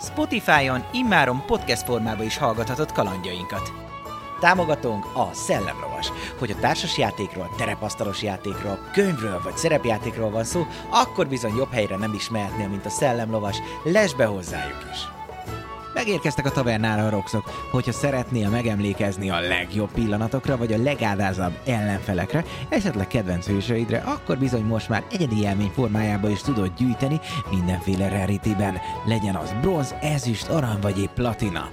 Spotify-on immáron podcast formában is hallgathatod kalandjainkat. Támogatónk a Szellemlovas. Hogy a társasjátékról, terepasztalos játékról, könyvről vagy szerepjátékról van szó, akkor bizony jobb helyre nem is mehetnél, mint a Szellemlovas. Lesz be hozzájuk is! Megérkeztek a tavernára a roxok. Hogyha szeretnél megemlékezni a legjobb pillanatokra, vagy a legádázabb ellenfelekre, esetleg kedvenc hősöidre, akkor bizony most már egyedi élmény formájába is tudod gyűjteni mindenféle rarityben. Legyen az bronz, ezüst, arany vagy épp platina.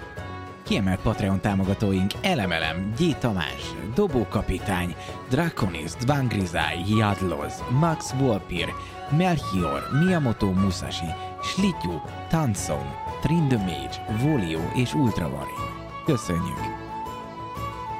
Kiemelt Patreon támogatóink Elemelem, G. Tamás, Dobókapitány, Draconis, Dvangrizai, Jadloz, Max Volpir, Melchior, Miyamoto Musashi, Slityu, Tanson, Trindomage, Volio és Ultravarin. Köszönjük!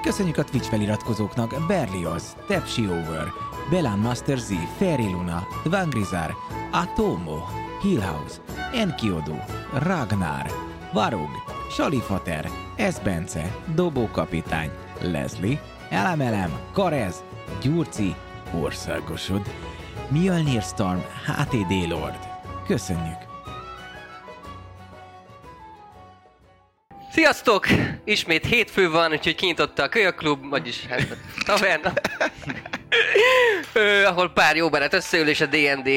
Köszönjük a Twitch feliratkozóknak Berlioz, Tepsi Over, Belán Master Z, Fairy Luna, Dvangrizar, Atomo, Hillhouse, Enkiodu, Ragnar, Varug, Salifater, Esbence, Dobókapitány, Leslie, Elemelem, Karez, Gyurci, Országosod, Mjölnir Storm, HTD Lord. Köszönjük! Sziasztok! Ismét hétfő van, úgyhogy kinyitotta a Kölyök Klub, vagyis hát a taverna, Ö, ahol pár jó barát összeül és a D&D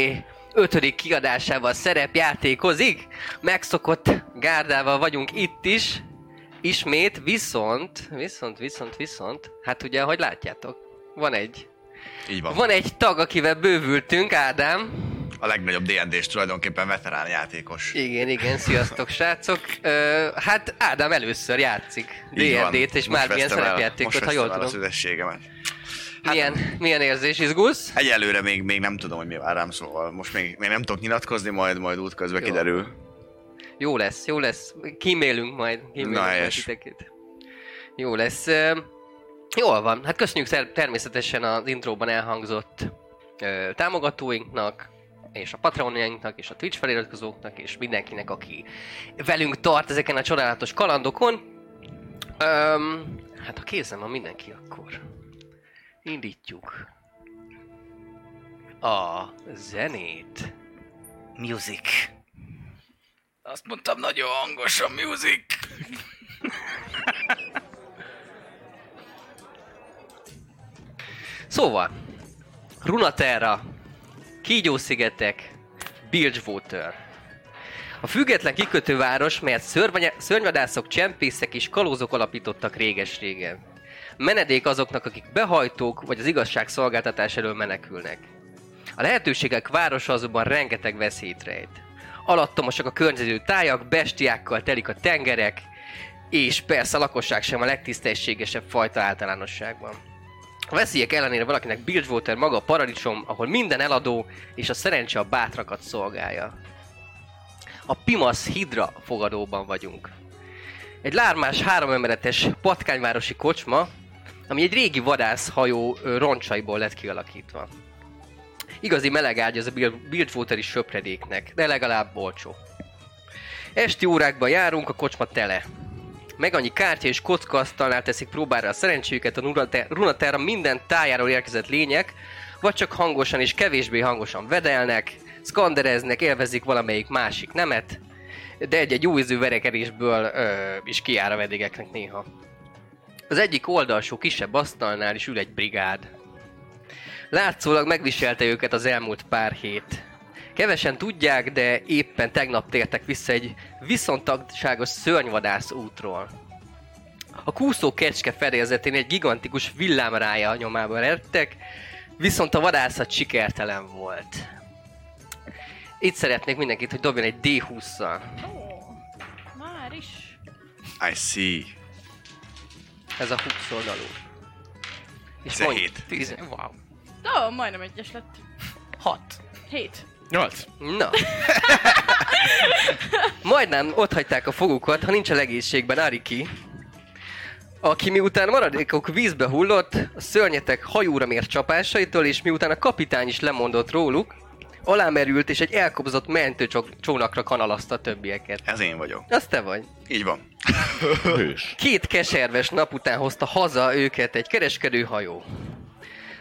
ötödik kiadásával szerepjátékozik. Megszokott gárdával vagyunk itt is. Ismét, viszont, viszont, viszont, viszont, hát ugye, ahogy látjátok, van egy, Így van. van egy tag, akivel bővültünk, Ádám. A legnagyobb D&D-s tulajdonképpen veterán játékos. Igen, igen, sziasztok srácok. Ö, hát Ádám először játszik Így van. D&D-t, és Most már milyen vesztem el- szerepjátékot, most ha jól vesztem el tudom. az üdességemet. Hát, milyen, milyen érzés, izgulsz? Egyelőre még, még nem tudom, hogy mi vár rám, szóval most még, még nem tudok nyilatkozni, majd, majd útközben Jó. kiderül. Jó lesz, jó lesz. Kímélünk majd. Kímélünk Na, majd helyes. titeket. Jó lesz. Ö, Jól van. Hát köszönjük ter- természetesen az intróban elhangzott ö, támogatóinknak, és a patronjainknak, és a Twitch feliratkozóknak, és mindenkinek, aki velünk tart ezeken a csodálatos kalandokon. Öm, hát ha készen van mindenki, akkor indítjuk a zenét. Music. Azt mondtam, nagyon hangos a music. Szóval, Runaterra, Kígyószigetek, Bilgewater. A független kikötőváros, melyet szörvanya- szörnyvadászok, csempészek és kalózok alapítottak réges-régen. Menedék azoknak, akik behajtók vagy az igazságszolgáltatás elől menekülnek. A lehetőségek városa azonban rengeteg veszélyt rejt. Alattomosak a környező tájak, bestiákkal telik a tengerek, és persze a lakosság sem a legtisztességesebb fajta általánosságban. A veszélyek ellenére valakinek Bilgewater maga a paradicsom, ahol minden eladó és a szerencse a bátrakat szolgálja. A Pimasz Hidra fogadóban vagyunk. Egy lármás, háromemeletes patkányvárosi kocsma, ami egy régi vadászhajó ö, roncsaiból lett kialakítva. Igazi melegágy az a Bil- Bilgewater-i söpredéknek, de legalább olcsó. Esti órákban járunk, a kocsma tele. Meg annyi kártya és kockaasztalnál teszik próbára a szerencséjüket a Runate- Runaterra minden tájáról érkezett lények, vagy csak hangosan és kevésbé hangosan vedelnek, szkandereznek, élvezik valamelyik másik nemet, de egy-egy jó ízű verekedésből ö, is kiáll a vendégeknek néha. Az egyik oldalsó kisebb asztalnál is ül egy brigád. Látszólag megviselte őket az elmúlt pár hét. Kevesen tudják, de éppen tegnap tértek vissza egy viszontagságos szörnyvadász útról. A kúszó kecske fedélzetén egy gigantikus villámrája nyomában eredtek, viszont a vadászat sikertelen volt. Itt szeretnék mindenkit, hogy dobjon egy D20-szal. Ó, már is. I see. Ez a 20 oldalú. És 17. Tizen- Wow. Ó, majdnem egyes lett. Hat. Hét. Nyolc. Na. Majdnem ott hagyták a fogukat, ha nincs a legénységben Ariki, aki miután maradékok vízbe hullott, a szörnyetek hajóra mért csapásaitól, és miután a kapitány is lemondott róluk, alámerült és egy elkobzott mentőcsónakra kanalazta a többieket. Ez én vagyok. Az te vagy. Így van. Hős. Két keserves nap után hozta haza őket egy kereskedőhajó.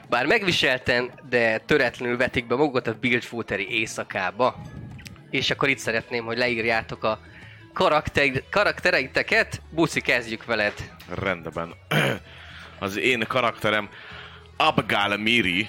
Bár megviselten, de töretlenül vetik be magukat a Bilgewater-i éjszakába. És akkor itt szeretném, hogy leírjátok a karakter- karaktereiteket. Buci, kezdjük veled. Rendben. Az én karakterem Abgal Miri,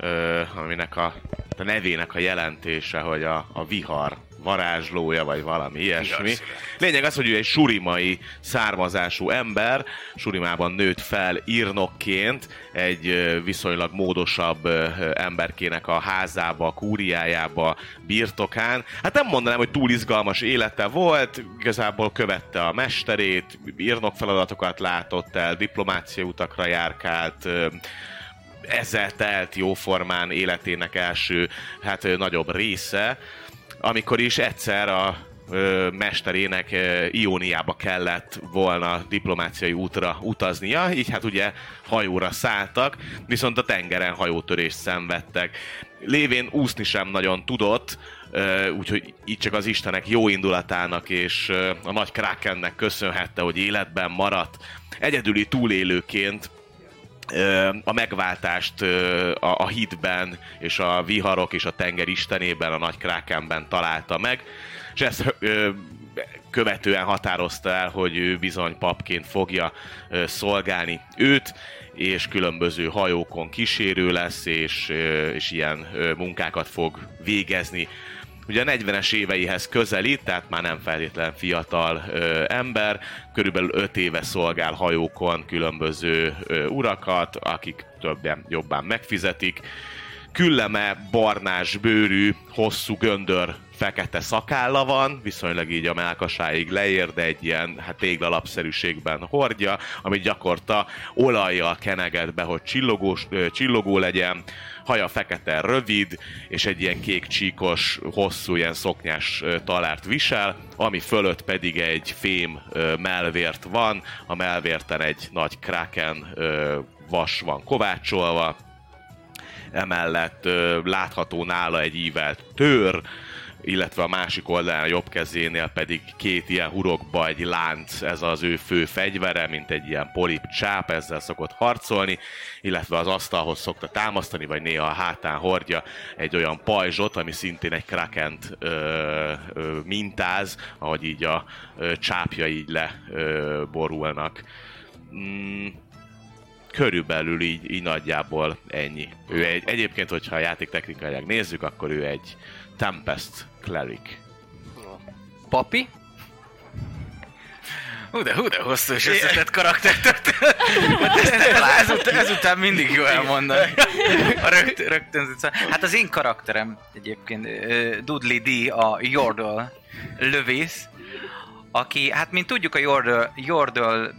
ö, aminek a, a nevének a jelentése, hogy a, a vihar varázslója, vagy valami ilyesmi. Lényeg az, hogy ő egy surimai származású ember, surimában nőtt fel írnokként, egy ö, viszonylag módosabb ö, ö, emberkének a házába, a kúriájába, birtokán. Hát nem mondanám, hogy túl izgalmas élete volt, igazából követte a mesterét, írnok feladatokat látott el, diplomácia utakra járkált, ö, ezzel telt jóformán életének első, hát ö, nagyobb része, amikor is egyszer a ö, mesterének ö, Ióniába kellett volna diplomáciai útra utaznia, így hát ugye hajóra szálltak, viszont a tengeren hajótörést szenvedtek. Lévén úszni sem nagyon tudott, ö, úgyhogy így csak az Istenek jó indulatának és ö, a nagy krákennek köszönhette, hogy életben maradt. Egyedüli túlélőként ö, a megváltást ö, a, a hídben és a viharok és a tenger istenében, a nagy krákenben találta meg, és ezt ö, követően határozta el, hogy ő bizony papként fogja ö, szolgálni őt, és különböző hajókon kísérő lesz, és, ö, és ilyen ö, munkákat fog végezni. Ugye a 40-es éveihez közelít, tehát már nem feltétlen fiatal ö, ember, körülbelül 5 éve szolgál hajókon különböző ö, urakat, akik többen jobban megfizetik. Külleme, barnás bőrű, hosszú göndör, fekete szakálla van, viszonylag így a melkasáig leér, de egy ilyen hát téglalapszerűségben hordja, amit gyakorta olajjal keneget be, hogy csillogós, ö, csillogó legyen, haja fekete, rövid, és egy ilyen kék csíkos, hosszú ilyen szoknyás ö, talárt visel, ami fölött pedig egy fém ö, melvért van, a melvérten egy nagy kraken ö, vas van kovácsolva, emellett ö, látható nála egy ívelt tör, illetve a másik oldalán a jobb kezénél pedig két ilyen hurokba egy lánc, ez az ő fő fegyvere, mint egy ilyen polip csáp, ezzel szokott harcolni, illetve az asztalhoz szokta támasztani, vagy néha a hátán hordja egy olyan pajzsot, ami szintén egy krakent ö, ö, mintáz, ahogy így a ö, csápja így leborulnak. Mm, körülbelül így, így nagyjából ennyi. Ő egy, egyébként, hogyha a játék technikailag nézzük, akkor ő egy Tempest Cleric. Papi? Hú de, hú de hosszú és összetett karakter történet. ezután, ezután mindig jó elmondani. A rögt, rögtön zucca. Hát az én karakterem egyébként ö, Dudley D. a Yordle lövész, aki, hát mint tudjuk a Yordle, Yordle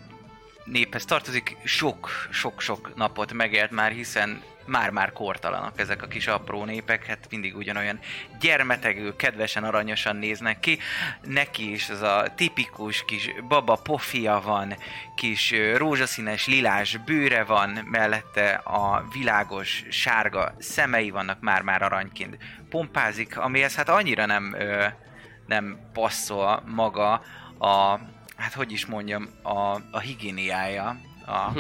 néphez tartozik, sok-sok-sok napot megélt már, hiszen már-már kortalanak ezek a kis apró népek, hát mindig ugyanolyan gyermetegül, kedvesen, aranyosan néznek ki. Neki is ez a tipikus kis baba pofia van, kis ö, rózsaszínes, lilás bőre van, mellette a világos, sárga szemei vannak már-már aranyként. Pompázik, amihez hát annyira nem, ö, nem passzol maga a, hát hogy is mondjam, a, a higiéniája a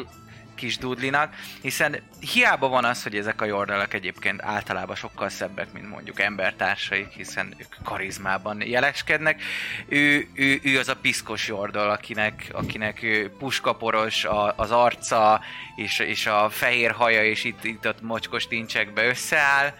kis dudlinak, hiszen hiába van az, hogy ezek a jordalak egyébként általában sokkal szebbek, mint mondjuk embertársaik, hiszen ők karizmában jeleskednek. Ő, ő, ő az a piszkos jordal, akinek, akinek ő puskaporos a, az arca, és, és a fehér haja, és itt, itt ott mocskos tincsekbe összeáll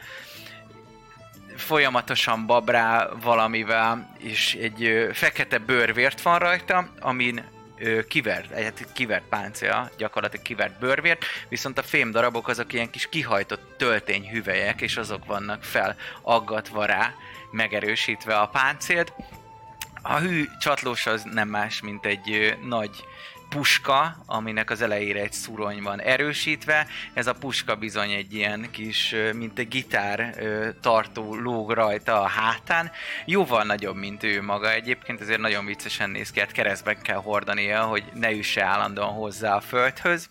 folyamatosan babrál valamivel, és egy ö, fekete bőrvért van rajta, amin ö, kivert, egy hát kivert páncél, gyakorlatilag kivert bőrvért, viszont a fém darabok azok ilyen kis kihajtott töltényhüvelyek, és azok vannak fel aggatva rá, megerősítve a páncélt. A hű csatlós az nem más, mint egy ö, nagy puska, aminek az elejére egy szurony van erősítve. Ez a puska bizony egy ilyen kis, ö, mint egy gitár ö, tartó lóg rajta a hátán. Jóval nagyobb, mint ő maga egyébként, ezért nagyon viccesen néz ki, hát keresztben kell hordania, hogy ne üsse állandóan hozzá a földhöz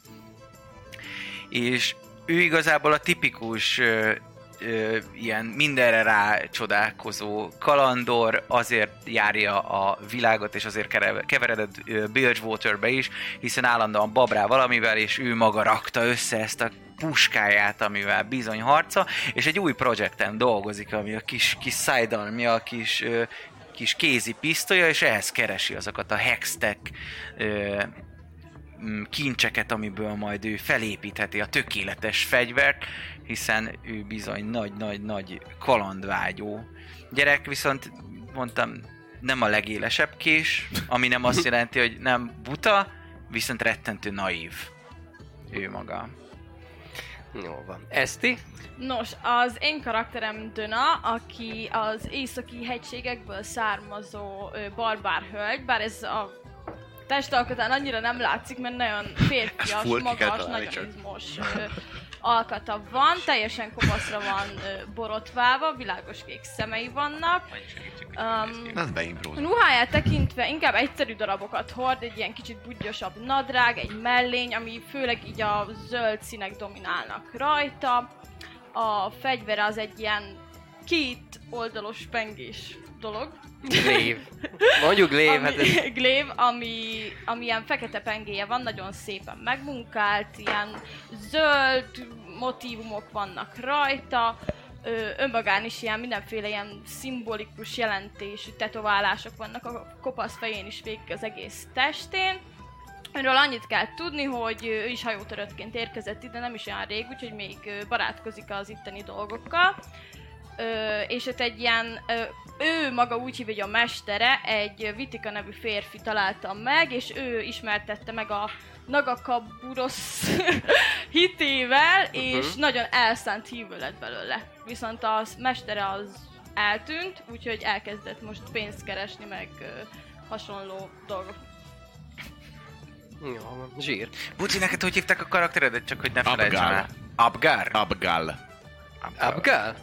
és ő igazából a tipikus ö, ö, ilyen mindenre rá csodálkozó kalandor, azért járja a világot, és azért kere- keveredett ö, Bilgewaterbe is, hiszen állandóan babrá valamivel, és ő maga rakta össze ezt a puskáját, amivel bizony harca, és egy új projekten dolgozik, ami a kis, kis sidearmja, a kis ö, kis kézi pisztolya, és ehhez keresi azokat a hextek mm, kincseket, amiből majd ő felépítheti a tökéletes fegyvert, hiszen ő bizony nagy-nagy-nagy kalandvágyó. Gyerek viszont, mondtam, nem a legélesebb kés, ami nem azt jelenti, hogy nem buta, viszont rettentő naív. Ő maga. Jó van. Eszti? Nos, az én karakterem Döna, aki az északi hegységekből származó ö, barbár hölgy, bár ez a testalkatán annyira nem látszik, mert nagyon Ezt férfias, full ki kell magas, találni nagyon csak. izmos ö, alkata van, teljesen kopaszra van ö, borotváva, világos kék szemei vannak. Um, Ez beimpró. a ruháját tekintve inkább egyszerű darabokat hord, egy ilyen kicsit budgyosabb nadrág, egy mellény, ami főleg így a zöld színek dominálnak rajta. A fegyvere az egy ilyen két oldalos pengés dolog, Glév. Mondjuk Glév, hát ez... ami, glév, ami, ami ilyen fekete pengéje van, nagyon szépen megmunkált, ilyen zöld motívumok vannak rajta, ö, önmagán is ilyen mindenféle ilyen szimbolikus jelentésű tetoválások vannak a kopasz fején is végig az egész testén. Erről annyit kell tudni, hogy ő is hajótöröttként érkezett ide, nem is olyan rég, úgyhogy még ö, barátkozik az itteni dolgokkal. Ö, és ott egy ilyen, ö, ő maga úgy hívja, hogy a mestere, egy Vitika nevű férfi találta meg, és ő ismertette meg a Nagakaburosz hitével, és Mhm. nagyon elszánt hívő lett belőle. Viszont a mestere az eltűnt, úgyhogy elkezdett most pénzt keresni, meg ö, hasonló dolgok Jó van. Zsír. Buci, neked hogy hívták a karakteredet? Csak hogy ne Abgál. felejtsd már. Abgar? Abgál. Abgál? Nem,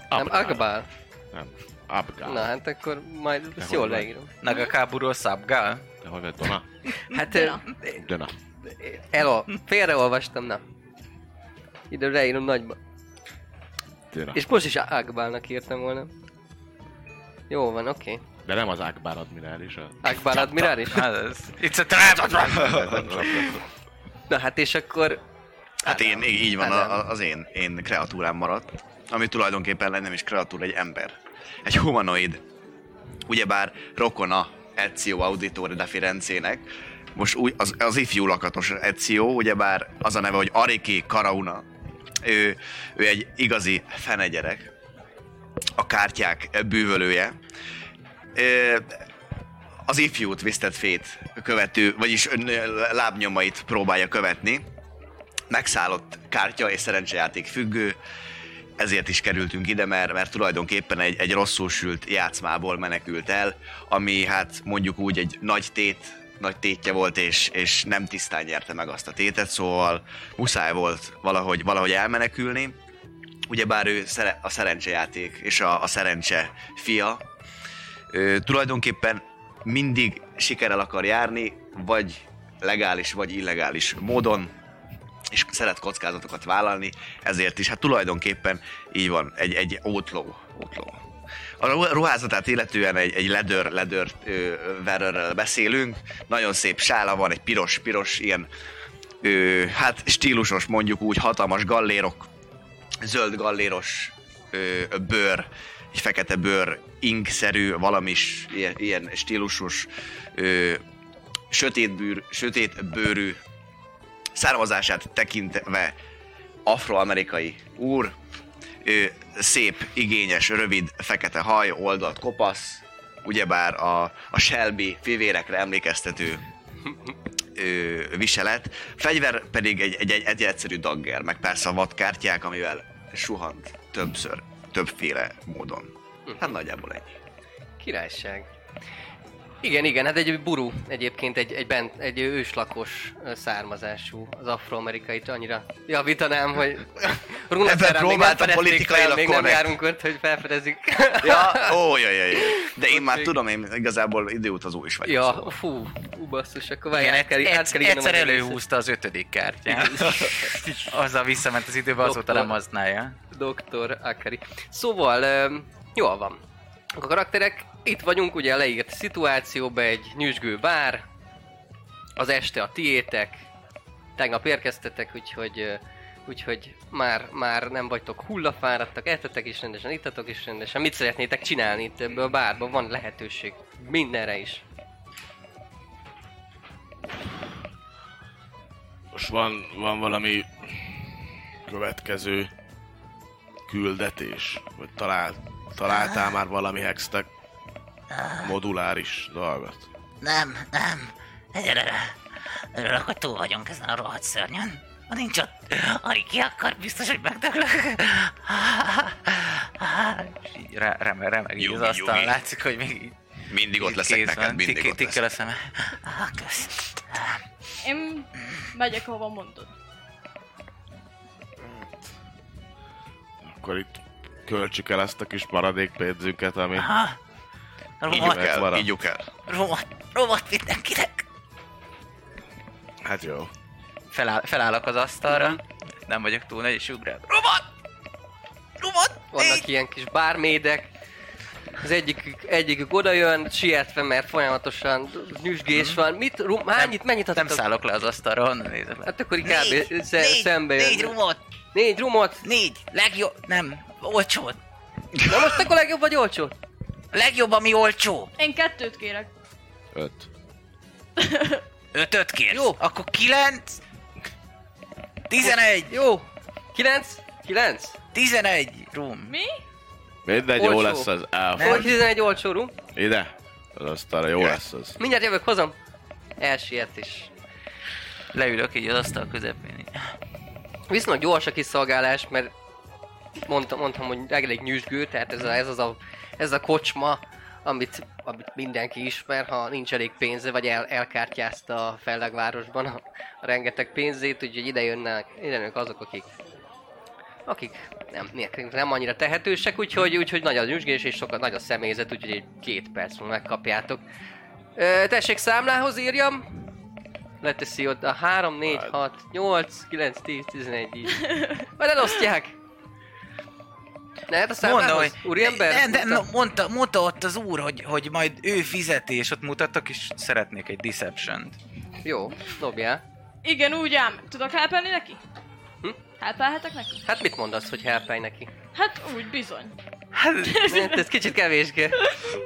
Abgál. Agbál. Nem. Abgál. Na hát akkor majd ezt hogy jól vagy? leírom. Nagakaburosz Abgál? Te hogy vagy, Dona? Hát ö, Na. Dona. el, félreolvastam, nem. Ide leírom nagyba. Dona. És most is Agbálnak írtam volna. Jó van, oké. Okay. De nem az Akbar admirális. a- Agbál admirális. Hát ez... It's a trap! Na hát és akkor... Hát én, így így van, Adam. a- a- az én, én kreatúrám maradt, ami tulajdonképpen nem is kreatúra, egy ember. Egy humanoid. Ugyebár rokona Ezio Auditore da Firenzének, most úgy, az, az ifjú lakatos Ezio, ugyebár az a neve, hogy Ariki Karauna. Ő, ő egy igazi fenegyerek, a kártyák bűvölője. Ö, az ifjút Twisted Fate követő, vagyis ön- lábnyomait próbálja követni. Megszállott kártya és szerencsejáték függő, ezért is kerültünk ide, mert, mert tulajdonképpen egy, egy rosszul sült játszmából menekült el, ami hát mondjuk úgy egy nagy tét, nagy tétje volt, és, és nem tisztán nyerte meg azt a tétet, szóval muszáj volt valahogy, valahogy elmenekülni. Ugyebár ő szere, a szerencsejáték és a, a szerencse fia, ö, tulajdonképpen mindig sikerrel akar járni, vagy legális, vagy illegális módon, és szeret kockázatokat vállalni, ezért is, hát tulajdonképpen így van, egy, egy ótló, ótló. A ruh- ruházatát illetően egy, egy ledör, ledör ö, verőről beszélünk, nagyon szép sála van, egy piros, piros, ilyen ö, hát stílusos, mondjuk úgy hatalmas gallérok, zöld galléros ö, bőr, egy fekete bőr, inkszerű, valamis ilyen, ilyen stílusos, ö, sötét, bűr, sötét bőrű, származását tekintve afroamerikai úr, ö, szép, igényes, rövid, fekete haj, oldalt kopasz, ugyebár a, a Shelby fivérekre emlékeztető ö, viselet, fegyver pedig egy, egy, egy, egy egyszerű dagger, meg persze a vadkártyák, amivel suhant többször, többféle módon. Hát nagyjából ennyi. Királyság. Igen, igen, hát egy buru egyébként, egy, egy, bent, egy őslakos ö, származású, az afroamerikait annyira javítanám, hogy Runaterán még nem fedezték próbáltam fel, politikailag még nem korrekt. járunk ott, hogy felfedezik. Ja, ó, jaj, jaj, jaj. De én már még- tudom, én igazából időutazó is vagyok. szóval ja, fú, ú, basszus, akkor várjál, Igen, át kell, át egyszer, kell írnom egyszer az egészet. előhúzta az ötödik kártyát. Azzal visszament az időbe, azóta Doktor. nem használja. Dr. Akari. Szóval, öm, jól van. A karakterek, itt vagyunk ugye a leírt szituációba, egy nyüzsgő bár, az este a tiétek, tegnap érkeztetek, úgyhogy, ö, úgyhogy már, már nem vagytok hullafáradtak, ettetek is rendesen, ittatok is rendesen. Mit szeretnétek csinálni itt ebből a bárban? Van lehetőség mindenre is. Most van, van valami következő küldetés, vagy talál, találtál már valami hextek moduláris dolgot. Nem, nem. Egyelőre. Örülök, hogy túl vagyunk ezen a rohadt szörnyen. Ha nincs ott, alig ki akar, biztos, hogy megdöglök. És így re- remeg, remeg így Jumi, az asztalon Jumi. látszik, hogy még így Mindig ott így leszek kéz neked, van. mindig Tik- ott tikkel leszek. a szeme. Ah, Kösz. Én megyek, ahova mondod. Akkor itt költsük el ezt a kis maradék pénzünket, ami... Ah, Ígyuk Robot, el, Maradt. ígyuk el. robot, robot mindenkinek. Hát jó. Feláll, felállok az asztalra, nem vagyok túl nagy, és ugrál. Vannak ilyen kis bármédek. Az egyikük, egyikük odajön, sietve, mert folyamatosan nyüzsgés van. Mit, rum, hányit, mennyit Mhm. Nem adtatok? szállok le az asztalra, onnan nézek le. Hát akkor így Négy, kb. Sze- négy, szembe jön. négy rumot, Négy rumot? négy. Legjobb, nem, olcsót. Na most akkor legjobb vagy olcsó? Legjobb, ami olcsó. Én kettőt kérek. Öt. Ötöt kérsz. Jó. Akkor kilenc. Tizenegy. Jó. Kilenc? Kilenc? Tizenegy rum. Mi? Mindegy, Olcsó. jó lesz az Hogy elfogy. 11 olcsó rum? Ide? Az asztalra jó lesz az. Mindjárt jövök, hozom. Elsiet is. Leülök így az asztal közepén. így. Viszonylag gyors a kiszolgálás, mert mondtam, mondtam hogy elég nyüzsgő, tehát ez, a, ez, az a, ez a kocsma, amit, amit mindenki ismer, ha nincs elég pénze, vagy el, elkártyázta a fellegvárosban a, a rengeteg pénzét, úgyhogy ide jönnek, ide jönnek azok, akik akik nem, nélkül nem annyira tehetősek, úgyhogy, úgyhogy nagy a nyüzsgés és sokat nagy a személyzet, úgyhogy egy két perc múlva megkapjátok. Ö, tessék számlához írjam, leteszi ott a 3, 4, 6, 8, 9, 10, 11 így. Majd elosztják! Lehet a Mondta, számlához? hogy... Úriember? Nem, nem, Mondta? no, mondta, mondta ott az úr, hogy, hogy majd ő fizeti, és ott mutattak, és szeretnék egy deception -t. Jó, dobjál. Igen, úgy ám. Tudok helpelni neki? Hm? Helpelhetek neki? Hát mit mondasz, hogy helpelj neki? Hát úgy, bizony. Hát, Hát Ez kicsit kevéske.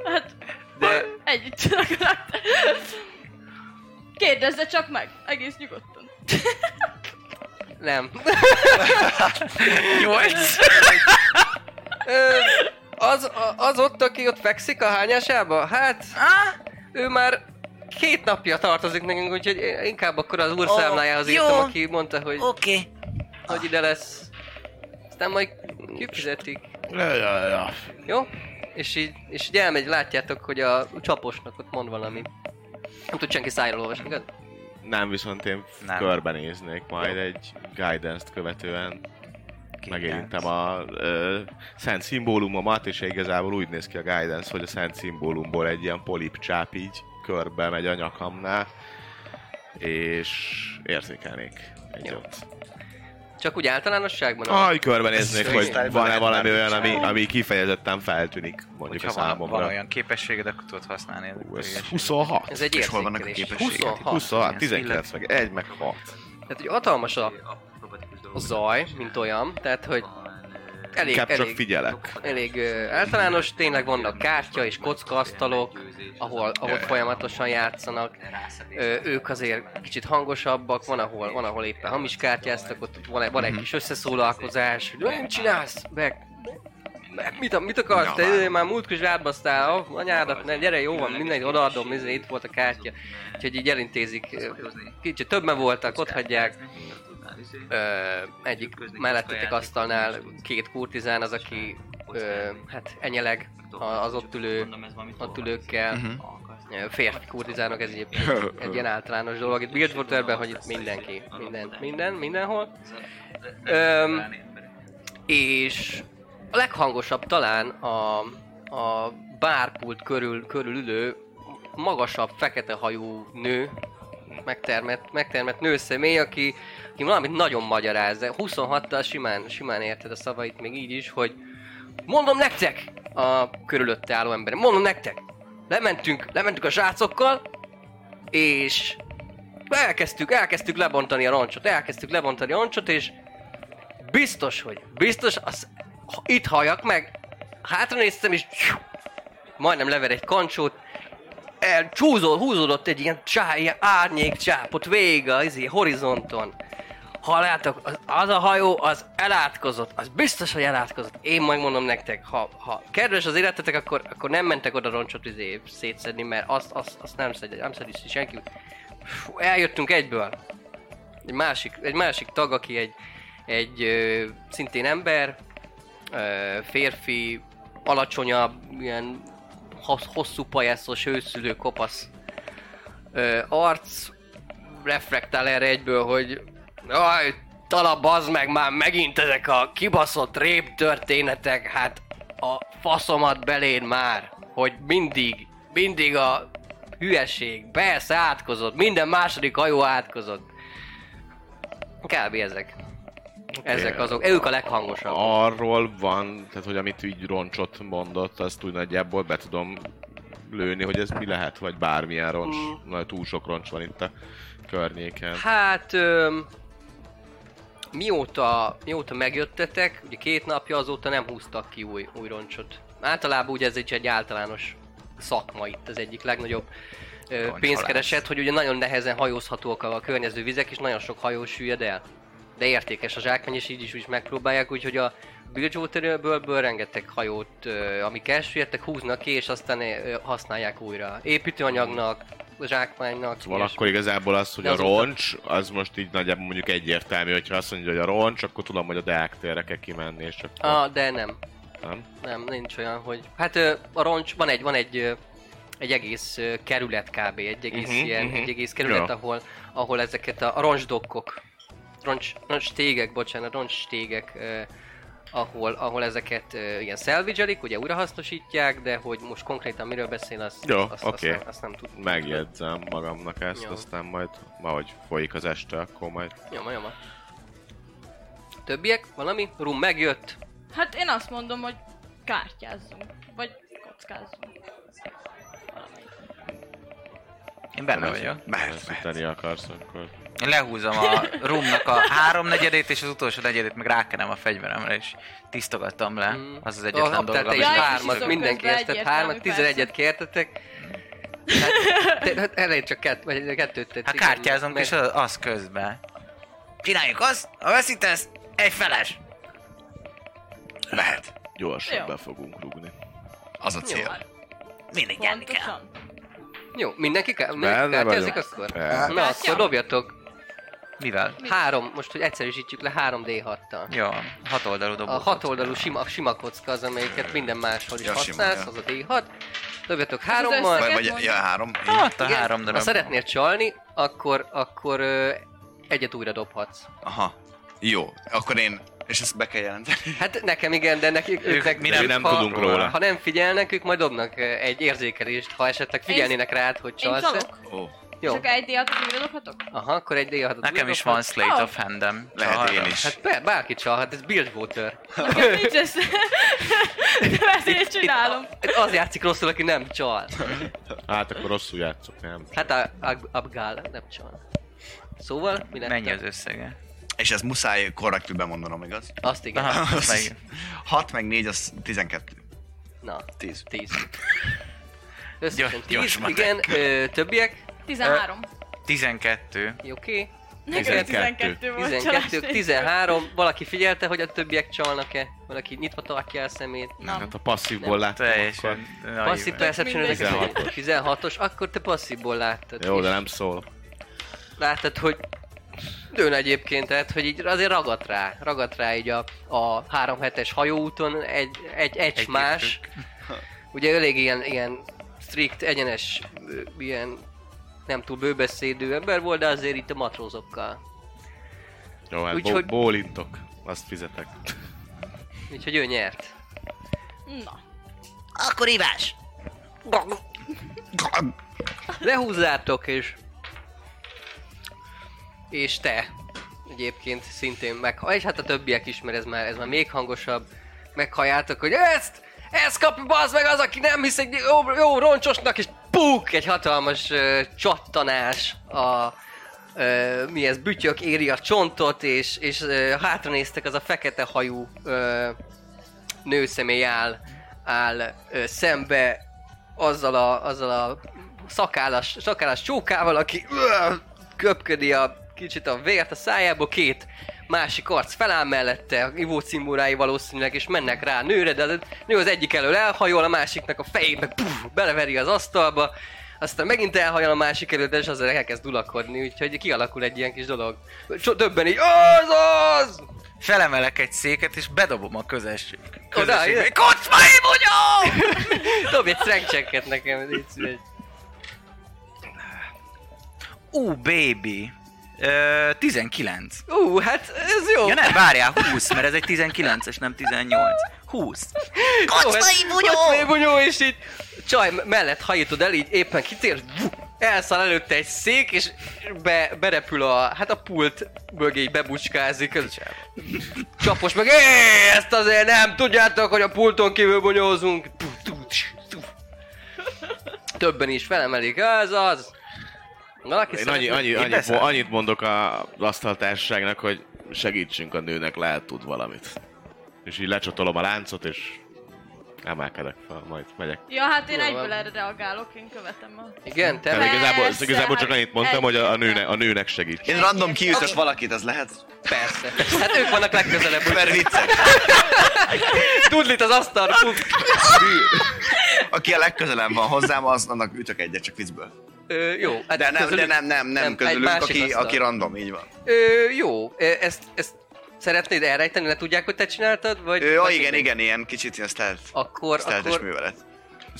Hát De együtt tudok rajta. Kérdezze csak meg, egész nyugodtan. nem. nyolc. Ö, az, a- az ott, aki ott fekszik a hányásába? Hát, ő már két napja tartozik nekünk, úgyhogy én inkább akkor az úr Ó, számlájához jó. írtam, aki mondta, hogy, Oké. hogy ide lesz. Aztán majd kifizetik. Ja, ja, ja. Jó? És így, és így elmegy, látjátok, hogy a csaposnak ott mond valami. Nem tud senki szájról olvasni, igaz? Nem, viszont én Nem. nem. körbenéznék majd egy guidance-t követően. Megérintem a ö, szent szimbólumomat, és igazából úgy néz ki a guidance, hogy a szent szimbólumból egy ilyen polip csáp így körbe megy a nyakamnál, és érzékelnék egy Jó. ott. Csak úgy általánosságban? Aj, körbenéznék, hogy Freestyle-ben van-e nem valami látom. olyan, ami, ami kifejezetten feltűnik mondjuk Hogyha a van, számomra. van olyan képességed, akkor tudod használni. ezeket Ú, a ez hülyeségeket. 26. Ez egy És hol vannak a értékelés. képességek? 26. 26, 19, meg 1, meg 6. Tehát, hogy hatalmas a, a zaj, mint olyan, tehát, hogy elég, Inkább elég, csak figyelek. elég ö, általános, tényleg vannak kártya és kockaasztalok, ahol, ahol folyamatosan játszanak. Ö, ők azért kicsit hangosabbak, van ahol, van, ahol éppen hamis kártyáztak, ott van, van egy kis összeszólalkozás, hogy nem csinálsz, meg, meg mit, mit akarsz, te Ő, már múltkor zsárbasztál, ah, anyádat, ne, gyere, jó van, mindegy, odaadom, nézd, itt volt a kártya. Úgyhogy így elintézik, ö, kicsit többen voltak, ott hagyják, ö, egyik mellettetek asztalnál két kurtizán az, Mhm. aki ö, hát enyeleg a- az ott ülő, ott ülőkkel, ö, férfi kurdizának, ez egyébként egy ilyen általános dolog. Itt Bridgewaterben, hogy itt mindenki, minden, minden, mindenhol. Öm, és a leghangosabb talán a, a bárpult körül, körülülő magasabb, fekete hajú nő, megtermett, megtermett nőszemély, aki, aki valamit nagyon magyaráz. de 26-tal simán, simán érted a szavait még így is, hogy mondom nektek a körülötte álló ember, mondom nektek, lementünk, lementünk a srácokkal, és elkezdtük, elkezdtük lebontani a roncsot, elkezdtük lebontani a roncsot, és Biztos, hogy. Biztos, az, ha itt halljak meg. Hátra néztem, és tyú, majdnem lever egy kancsót. Elcsúzol, húzódott egy ilyen, csá, ilyen árnyék csápot végig a izé, horizonton. Ha látok, az, az a hajó, az elátkozott, az biztos, hogy elátkozott. Én majd mondom nektek, ha, ha kedves az életetek, akkor, akkor nem mentek oda roncsot izé szétszedni, mert azt, azt, azt nem szedi, nem szedi senki. Fú, eljöttünk egyből. Egy másik, egy másik tag, aki egy, egy ö, szintén ember, ö, férfi, alacsonyabb, ilyen hos- hosszú pajászos, őszülő, kopasz ö, arc, reflektál erre egyből, hogy Aj, talab az meg már megint ezek a kibaszott rép történetek, hát a faszomat belén már, hogy mindig, mindig a hülyeség, persze átkozott, minden második hajó átkozott. Kb. ezek. Ezek azok, ők a leghangosabb. Arról van, tehát hogy amit így roncsot mondott, azt úgy nagyjából be tudom lőni, hogy ez mi lehet, vagy bármilyen roncs. Na, túl sok roncs van itt a környéken. Mm. Hát, öm, mióta, mióta megjöttetek, ugye két napja azóta nem húztak ki új, új roncsot. Általában ugye ez egy, egy általános szakma itt, az egyik legnagyobb ö, Roncsolász. pénzkereset, hogy ugye nagyon nehezen hajózhatóak a környező vizek, és nagyon sok hajó süllyed el. De értékes a zsákmány, és így is, is megpróbálják, úgyhogy a Bridgewater-ből rengeteg hajót, ö, amik elsüllyedtek, húznak ki, és aztán ö, használják újra építőanyagnak, zsákmánynak. Szóval ilyesmi. akkor igazából az, hogy De a azóta- roncs, az most így nagyjából mondjuk egyértelmű, hogyha azt mondja, hogy a roncs, akkor tudom, hogy a Deák térre kell kimenni, és akkor... Ah, de nem. Nem? Nem, nincs olyan, hogy... Hát ö, a roncs, van egy, van egy, ö, egy egész ö, kerület kb. Egy egész Mhm, uh-huh, ilyen, mhm. uh-huh. egy egész kerület, Ja. ja. ahol, ahol ezeket a, a roncsdokkok, roncs, roncstégek, bocsánat, roncstégek, ö, ahol, ahol ezeket ö, ilyen salvage ugye újrahasznosítják, de hogy most konkrétan miről beszél, azt, Jó, azt, azt, oké. nem, azt nem tudom. Megjegyzem magamnak ezt, Jó. aztán majd, ma, hogy folyik az este, akkor majd... Nyoma, nyoma. Többiek? Valami? Rum megjött? Hát én azt mondom, hogy kártyázzunk. Vagy kockázzunk. Én benne vagyok. Mehet, mehet. Szinteni akarsz, akkor... Én lehúzom a rumnak a háromnegyedét, és az utolsó negyedét meg rákenem a fegyveremre, és tisztogatom le. Mm. Az az egyetlen Aptár, dolog, te amit is Ja, én is hármat, iszok mindenki közben, ezt, tehát egyértelmű, hármat, tizenegyet persze. kértetek. Hát, te- hát elég csak kett, vagy kettőt tett. Hát kártyázom is az, az közben. Csináljuk azt, ha veszítesz, egy feles. Lehet. Gyorsan Jó. be fogunk rugni. Az a cél. hát Mindig nyerni kell. Pontosan. Jó, mindenki, ká- mindenki Benne kártyázik vagyok. akkor? Persze. Na, akkor dobjatok. Mivel? Három, most hogy egyszerűsítjük le, három D6-tal. Jó, hat oldalú dobó. A hat oldalú sima, a sima kocka az, amelyiket minden máshol is Ja, sima, használsz, ja. az a D6. Dobjatok összeg- hárommal. Vagy, vagy mondom. ja, három. Így. Hát a Igen, három darab. Ha szeretnél csalni, akkor, akkor ö, egyet újra dobhatsz. Aha. Jó, akkor én... És ezt be kell jelenteni. Hát nekem igen, de nekik őknek mi nem- ők, nem ha, tudunk róla. Ha nem figyelnek, ők majd dobnak ö, egy érzékelést, ha esetleg figyelnének rád, hogy Én csalsz. csalok. Ó, Jó. Csak egy díjat újra dobhatok? Aha, akkor egy D6-ot. Nekem is dobhatsz. van Ah. Slate of Handem. lehet én Csalhatom. is. Hát bár, bárki csalhat, ez Bildwater. Nekem nincs össze. Nem ezért csinálom. Itt az játszik rosszul, aki nem csal. Hát akkor rosszul játszok, nem? Hát a, a, Abgál nem csal. Szóval, mi lett? Mennyi az összege? És ez muszáj korrektül bemondanom, igaz? Azt igen. Aha. Az- azt meg- Hat meg négy, az 12. Na, Tíz. tíz. Összesen Gyors- tíz, gyors matek. igen, ö, többiek, 13. 12. jó, oké. Nekem 12. 12 volt 12 csalás. 13, valaki figyelte, hogy a többiek csalnak-e? Valaki nyitva tartja el szemét? Nem. Hát a passzívból láttam akkor. Teljesen. Passzív hát perception Mindegy. 16-os. 16-os, akkor te passzívból láttad. Jó, és de nem szól. Láttad, hogy dőn egyébként, tehát hogy így azért ragadt rá, ragadt rá így a, a 3 7 hajóúton egy, egy, egy, egy más. Ugye elég ilyen, ilyen strikt, egyenes, ö, ilyen nem túl bőbeszédű ember volt, de azért itt a matrózokkal. Jó, hát Úgyhogy- Úgyhogy... bólintok. Azt fizetek. Úgyhogy ő nyert. Na, Akkor ívás! Lehúzzátok, és... És te egyébként szintén meg... És hát a többiek is, mert ez már, ez már még hangosabb. Meghajáltak, hogy ezt! Ezt kapja bazd meg az, aki nem hisz egy jó, jó roncsosnak, és puk! Egy hatalmas ö, csattanás a... Ö, mi ez, bütyök éri a csontot, és, és ö, hátranéztek, az a fekete hajú ö, nőszemély áll, áll ö, szembe azzal a, azzal a szakállas, szakállas csókával, aki ö, köpködi a kicsit a vért a szájából, két másik arc feláll mellette, ivócimbórái valószínűleg, és mennek rá a nőre, de a nő az egyik elől elhajol, a másiknak a fejét meg puf, beleveri az asztalba, aztán megint elhajol a másik előtt, és azzal elkezd dulakodni, úgyhogy kialakul egy ilyen kis dolog. Cs- Döbben így, az az! Felemelek egy széket, és bedobom a közös... Oda, közösségbe. ide. Kocsmai bugyó! Dobj egy strength checket nekem, légy szíves. Ú, baby! Ö, 19. Ú, hát ez jó. Ja nem, várjál, 20, mert ez egy 19-es, nem 18. 20. Kocsmai bunyó! Kocsmai hát bunyó, és így csaj mellett hajítod el, így éppen kitér, vuh, elszáll előtte egy szék, és be, berepül a, hát a pult mögé így bebucskázik. Ez, csapos meg, "Éj, ezt azért nem tudjátok, hogy a pulton kívül bunyózunk. Puh, tuh, cs, tuh. Többen is felemelik, ez az. Valaki Én szeretne- annyi, annyi, annyi, beszélek. annyit mondok a az asztaltársaságnak, hogy segítsünk a nőnek, lehet tud valamit. És így lecsatolom a láncot, és emelkedek fel, majd megyek. ja, hát én Jó, egyből van. erre reagálok, én követem a... Igen, te Tehát meg igazából, Persze, igazából csak hát annyit mondtam, hogy a, a, nőne, a nőnek segíts. Én random kiütök valakit, az lehet? persze. Hát ők vannak legközelebb, hogy Mert viccek. tudlit az asztalra, puf. Aki a legközelebb van hozzám, az annak ütök egyet csak viccből. Ö, jó, hát De nem, de közülük- nem, nem, nem, egy közülünk, másik aki, asztal. aki random, így van. Ö, jó, Ö, ezt, ezt szeretnéd elrejteni, ne tudják, hogy te csináltad? Vagy, Ő, ó, vagy igen, nem? igen, ilyen kicsit ilyen stealth. Akkor, Stealth akkor, művelet.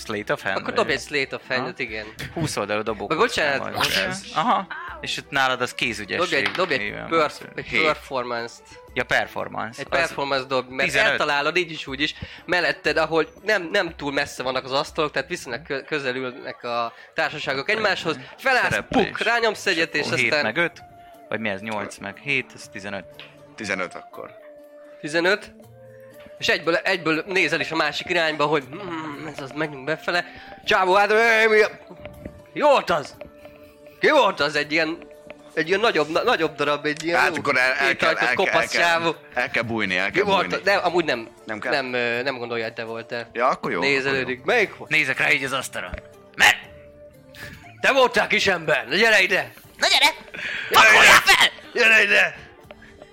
Slate of hand. akkor vagy- dobj egy slate of hand igen. 20 oldalú dobó. Vagy bocsánat, bocsánat. Aha. És itt nálad az kézügyesség. Dobj egy, dobj egy, néven perf- van. egy Hét. performance-t. Ja, performance. Egy Az- performance dob, mert 15. eltalálod így is úgy is. Melletted, ahol nem, nem túl messze vannak az asztalok, tehát viszonylag kö- közelülnek a társaságok egymáshoz. Felállsz, Szereplés. Hát puk, rányomsz egyet, és Ó, hét meg aztán 5, vagy mi ez, 8 meg 7, ez 15. 15 akkor. 15. És egyből, egyből nézel is a másik irányba, hogy mm, ez az, menjünk befele. Csávó, hát "Ej, mi a- Ki volt az? Ki volt az egy ilyen, egy ilyen nagyobb, na, nagyobb darab, egy ilyen Hát akkor el, el, kell, el, kell, el, kopasz kell, csávó. el kell bújni, el Ki kell volt? bújni. az? Nem, amúgy nem. Nem Nem, kell? nem, ö, nem gondolja, hogy te voltál. Ja, akkor jó. Nézelődik. Melyik volt? Nézek rá így az asztalra. Mert! Te voltál kis ember, na gyere ide! Na gyere! Pakoljál fel! Gyere ide!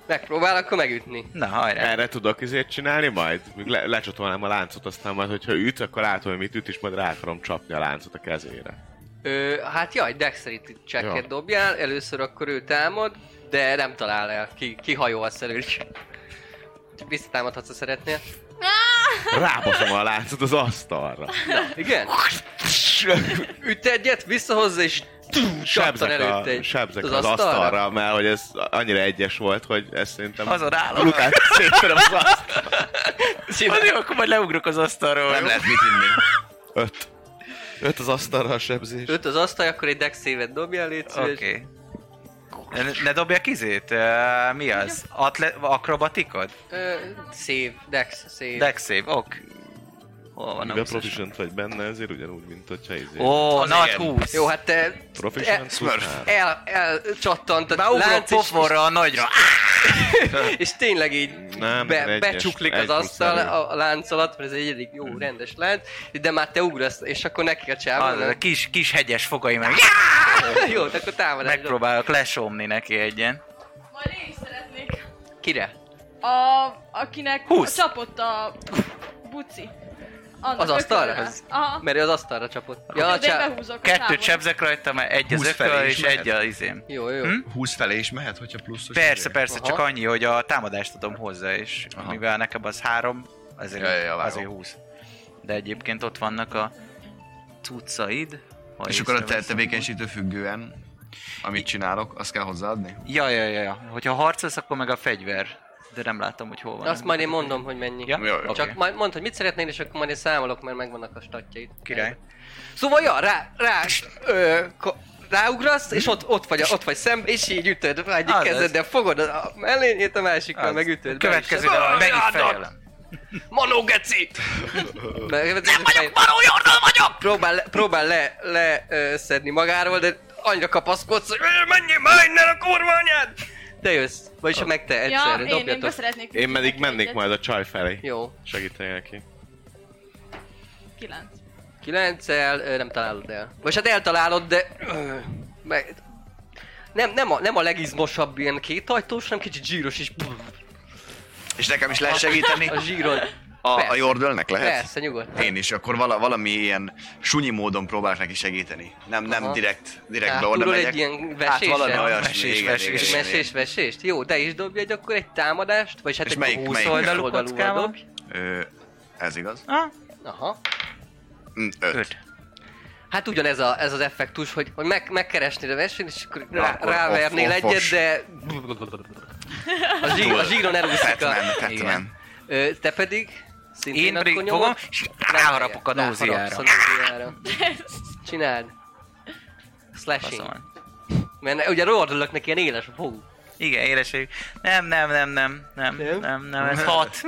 Megpróbál akkor megütni. Na, hajrá. Erre tudok izét csinálni majd? Még le, lecsatolnám a láncot, aztán majd, hogyha üt, akkor látom, hogy mit üt, és majd rá akarom csapni a láncot a kezére. Ö, hát jaj, Dexterity checket Ja. dobjál, először akkor ő támad, de nem talál el, ki, kihajolsz elő. Visszatámadhatsz, ha szeretnél. Rábaszom a láncot az asztalra. Igen? Üt egyet, visszahozza és csaptan sebzek, a, előtt egy... sebzek az, az asztalra? mert hogy ez annyira egyes volt, hogy ez szerintem... Azon állok. Lukát szétverem az asztalra. Az jó, akkor majd leugrok az asztalról. Nem lehet mit inni. Öt. Öt az asztalra a sebzés. Öt az asztal, akkor egy dex évet dobjál, légy Oké. szíves. Okay. Ne, ne dobjak izét? Uh, mi az? Atle- akrobatikod? Ö, save, dex, save. Dex save, ok. Hol van a Mivel 20 proficient vagy benne, ezért ugyanúgy, mint hogyha izé. Ó, oh, nagy igen. 20. Jó, hát te... Proficient Smurf. plusz El, el csattant a Beugrok lánc, és, pofonra a nagyra. és tényleg így Nem, be, nem, egyes. becsuklik Egy az plusz Mm. asztal erő. a, a lánc alatt, mert ez egy egyik jó, rendes lánc, de már te ugrasz, és akkor neki a Az, csávon. Ah, a kis, kis hegyes fogai meg. Jó, te akkor támadás. Megpróbálok lesomni neki egyen. Majd én is szeretnék. Kire? A, akinek 20. csapott a buci. Annak Az asztalra? ökölre. Az- Aha. Mert ő az asztalra csapott. Ja, Ja, én a csá... behúzok a Kettőt távol. sebzek rajta, mert egy az 20 felé ököl is és mehet. egy az izém. Jó, jó. Hm? 20 felé is mehet, hogyha pluszos izé. Persze, persze, Aha. csak annyi, hogy a támadást adom hozzá, és Aha. mivel nekem az három, azért, Ja, ja, ja, vágom. azért 20. De egyébként ott vannak a cuccaid. ha És akkor a te észreveszem. tevékenységtől függően, amit csinálok, azt kell hozzáadni? Ja, ja, ja, ja. Hogyha harcolsz, akkor meg a fegyver. De nem látom, hogy hol van. Azt majd én mondom, hogy mennyi. Ja? Jó, jó. Csak Oké. majd mondd, hogy mit szeretnél, és akkor majd én számolok, mert megvannak a statjaid. Király. Szóval, ja, rá, rá, ö, ko, ráugrasz, és ott, ott vagy, ott vagy szem, és így ütöd egyik Az az. kezeddel, fogod a a mellényét, a másikkal meg ütöd. be is. Következő, de megint fejelem. Manó, geci! Nem vagyok Maró Jordan vagyok! Próbál, le- próbál le, le ö, szedni magáról, de annyira kapaszkodsz, hogy "Ö, menjél már innen a kurva anyád! Te jössz, vagyis ha meg te Ja, egyszerre, én, én dobjatok. beszeretnék. Én pedig mennék majd a csaj felé. Jó, Segíteni neki. Kilenc. Kilenccel ö, nem találod el. Vagy hát eltalálod, de... ö, Meg... Nem, nem, a, nem a legizmosabb ilyen kétajtós, hanem kicsit zsíros is. És nekem is lehet segíteni? A zsíron. A, a Persze. Jordölnek lehet? Persze, nyugodtan. Én is, akkor vala, valami ilyen sunyi módon próbálok neki segíteni. Nem, nem Aha. direkt, direkt be Tehát oda túlról megyek. egy ilyen hát vesésen. valami olyasmi, Vesés, igen, vesés. igen, igen, igen. Mesés, mesést? Jó, de is dobj egy akkor egy támadást, vagy hát És egy melyik- 20 melyik? oldalú Melyik oldalúval kockával? dobj. Ö, ez igaz? Aha. Mm, Öt. Öt. Hát ugyanez a, ez az effektus, hogy, hogy meg, megkeresnéd a verseny, és akkor, Na, rá, akkor rávernél off- egyet, offos. de... A, zsí, a zsíron elúszik a... Tetlen, tetlen. Igen. Ö, te pedig? Szintén Én pedig akkor nyomod? fogom, és ráharapok a nóziára. Ráharapsz a nóziára. Csináld. Slashing. Faszom. Mert ne- ugye rohadulok neki ilyen éles. Hú. Igen, éreség. Nem, nem, nem, nem, nem, Nem? nem, nem, ez hat.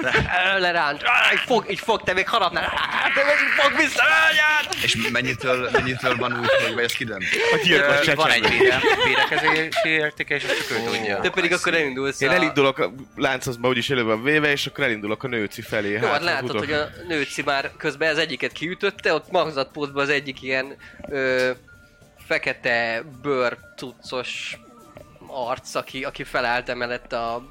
Leránt. Á, Így fog, így fog, te még harapnál. Á, Te meg így fog vissza. Anyád! És mennyitől, mennyitől van úgy, hogy vagy ez kidönt? Ö, Van egy védelem, védekezési értéke, és azt csak ő tudja. Te pedig akkor elindulsz. Én a- elindulok a láncozba, úgyis előben véve, és akkor elindulok a nőci felé. Jó, hát hátra látod, futok. hogy a nőci már közben az egyiket kiütötte, ott magzatpótban az egyik ilyen ö, fekete bőr cuccos arc, aki, aki felállt emellett a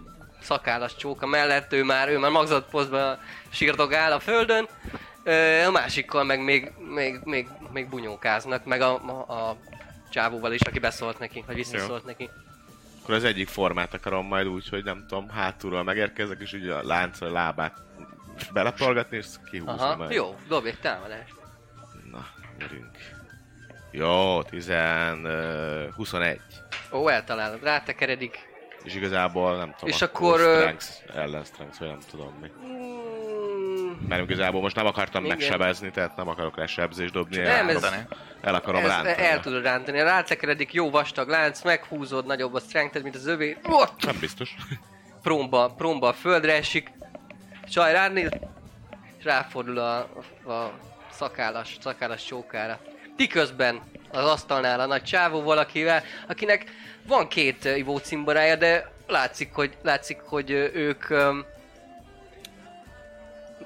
szakállas csóka mellett, ő már, ő már magzatpózban sírdogál a földön, ö, a másikkal meg még, még, még, még bunyókáznak, meg a, a, a csávóval is, aki beszólt neki, vagy visszaszólt neki. Akkor az egyik formát akarom majd úgy, hogy nem tudom, hátulról megérkezek, és ugye a láncra a lábát belepolgatni, és kihúzom Aha, el. jó, dobj egy támadást. Na, gyerünk. Jó, 10, ö, 21. Ó, eltalálod, rátekeredik, És igazából nem tudom. És akkor, ö, Strength, ellen strength, vagy nem tudom mi. Mm, Mert igazából most nem akartam Igen. megsebezni, tehát nem akarok rá sebzést dobni. Nem, el, ez- akarom- el akarom Ezt rántani. el tudod rántani. Rátekeredik jó vastag lánc, meghúzod nagyobb a strengthed, mint az övé. Ott! Nem biztos. Promba, promba a földre esik. Csaj ránéz, és ráfordul a, a szakállas, szakállas csókára. Ti közben az asztalnál a nagy csávó valakivel, akinek van két ö, ivó cimborája, de látszik, hogy, látszik, hogy ö, ők... öm,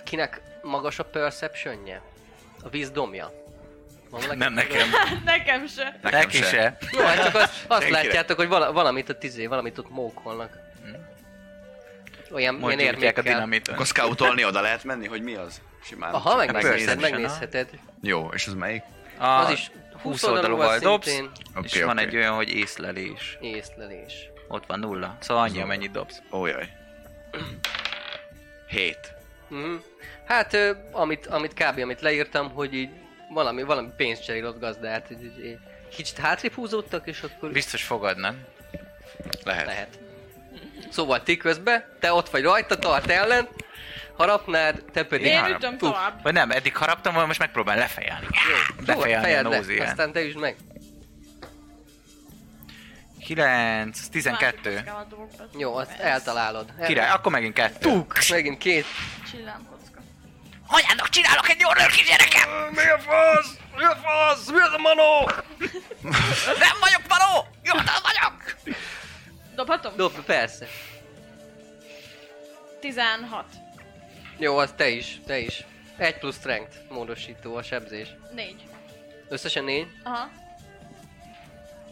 Kinek magas a perceptionje? A vízdomja? Nem nekem. Nekem se. Neki se. Jó, hát csak azt, azt Senkinek. látjátok, hogy vala, valamit ott izé, valamit ott mókolnak. Olyan, ilyen Mondjuk Hm? a érmékkel. dinamiton. Akkor scoutolni oda lehet menni, hogy mi az? Simán. Aha, megnézheted, Perception, aha. megnézheted. Jó, és az melyik? Az is 20 oldalúval dobsz, szintén Oké, és van oké. egy olyan, hogy észlelés. észlelés. Ott van nulla. Szóval annyi, amennyit dobsz. Ójaj. Hét. Mhm. Hát, ö, amit, amit kb. amit leírtam, hogy így valami, valami pénzt cserél ott gazdát, hogy így, így kicsit hátrébb húzódtak, és akkor Biztos fogadnak. lehet. Szóval ti közben, te ott vagy rajta, tart ellen, harapnád, te pedig Én három. ütöm Puff. tovább. Vagy nem, eddig haraptam volna, most megpróbál lefejelni. Jó, Befejelni fejed a le, nóziát. aztán te is meg. 9, 12. Másik kockával Jó, azt Persze. eltalálod. El- Király, akkor megint kettő. Tuk! Megint két Csillám kocka. Anyának csinálok egy Jordan kisgyereket! Mi a fasz? Mi a fasz? Mi az a manó? Nem vagyok Maró! Jordan vagyok! Dobhatom? Dob, persze. 16. Jó, az te is, te is. Egy plusz strength módosító a sebzés. 4. Összesen négy? Aha.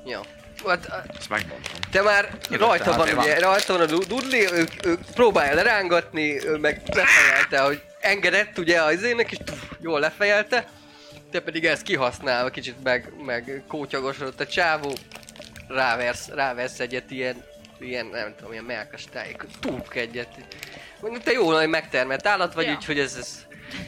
Jó. Hát, a- Ezt megmondtam. te már rajta van, hátra. ugye, rajta van a du- dudli, ő, ő próbálja lerángatni, ő meg lefejelte, hogy engedett ugye az ének, és tuff, jól lefejelte. Te pedig ezt kihasználva, kicsit meg, meg kótyagosodott a csávó, ráversz, ráversz egyet ilyen, ilyen, nem tudom, ilyen melkas tájék, túlk egyet. Mondjuk te jó nagy megtermelt állat vagy, Ja. úgyhogy ez, ez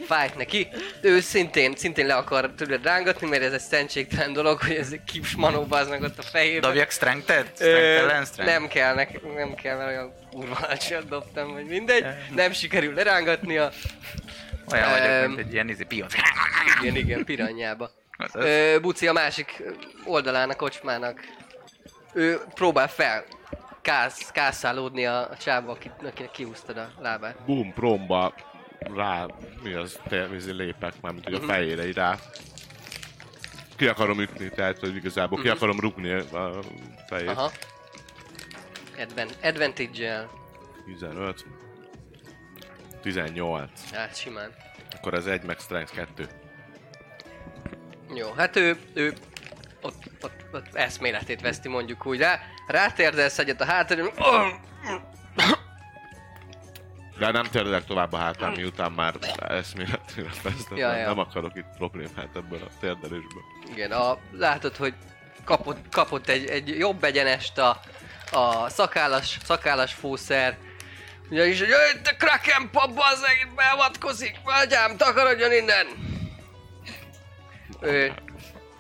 fájt neki. Ő szintén, szintén le akar tőled rángatni, mert ez egy szentségtelen dolog, hogy ez egy kis manóbáznak ott a fejében. Dobjak strength-et? Ö, Strength-ellen strength? Nem kell, nek, nem kell, mert olyan kurva alacsonyat dobtam, vagy mindegy. Nem sikerül lerángatnia. Olyan Öm. vagyok, mint egy ilyen izé piac. Igen, igen, piranyába. Az az. Ö, Buci a másik oldalán a kocsmának. Ő próbál fel kász, kászálódni a, a csába, akit- akinek kihúztad a lábát. Bum, promba, rá, mi az, termézi lépek, mármint hogy a Mhm. fejére így rá. Ki akarom ütni, tehát hogy igazából ki akarom rugni a fejét. Mhm. Aha. Advan, advantage-el. 15. 18. Hát simán. Akkor ez egy meg strength 2. Jó, hát ő, ő ott, ott, ott eszméletét veszti mondjuk úgy rá. Rátérdelsz egyet a hátadon, oh, De nem térdelek tovább a hátán, miután már eszméletűre fesztem. Ja, Ja, ja. ja. Nem akarok itt problémát ebből a térdelésből. Igen, a, látod, hogy kapott, kapott egy, egy jobb egyenest a, a szakállas, szakállas fószer. Ugyanis, hogy "Jaj, itt a Kraken pap, bazzeg, itt beavatkozik, vágyám, takarodjon innen! Ő,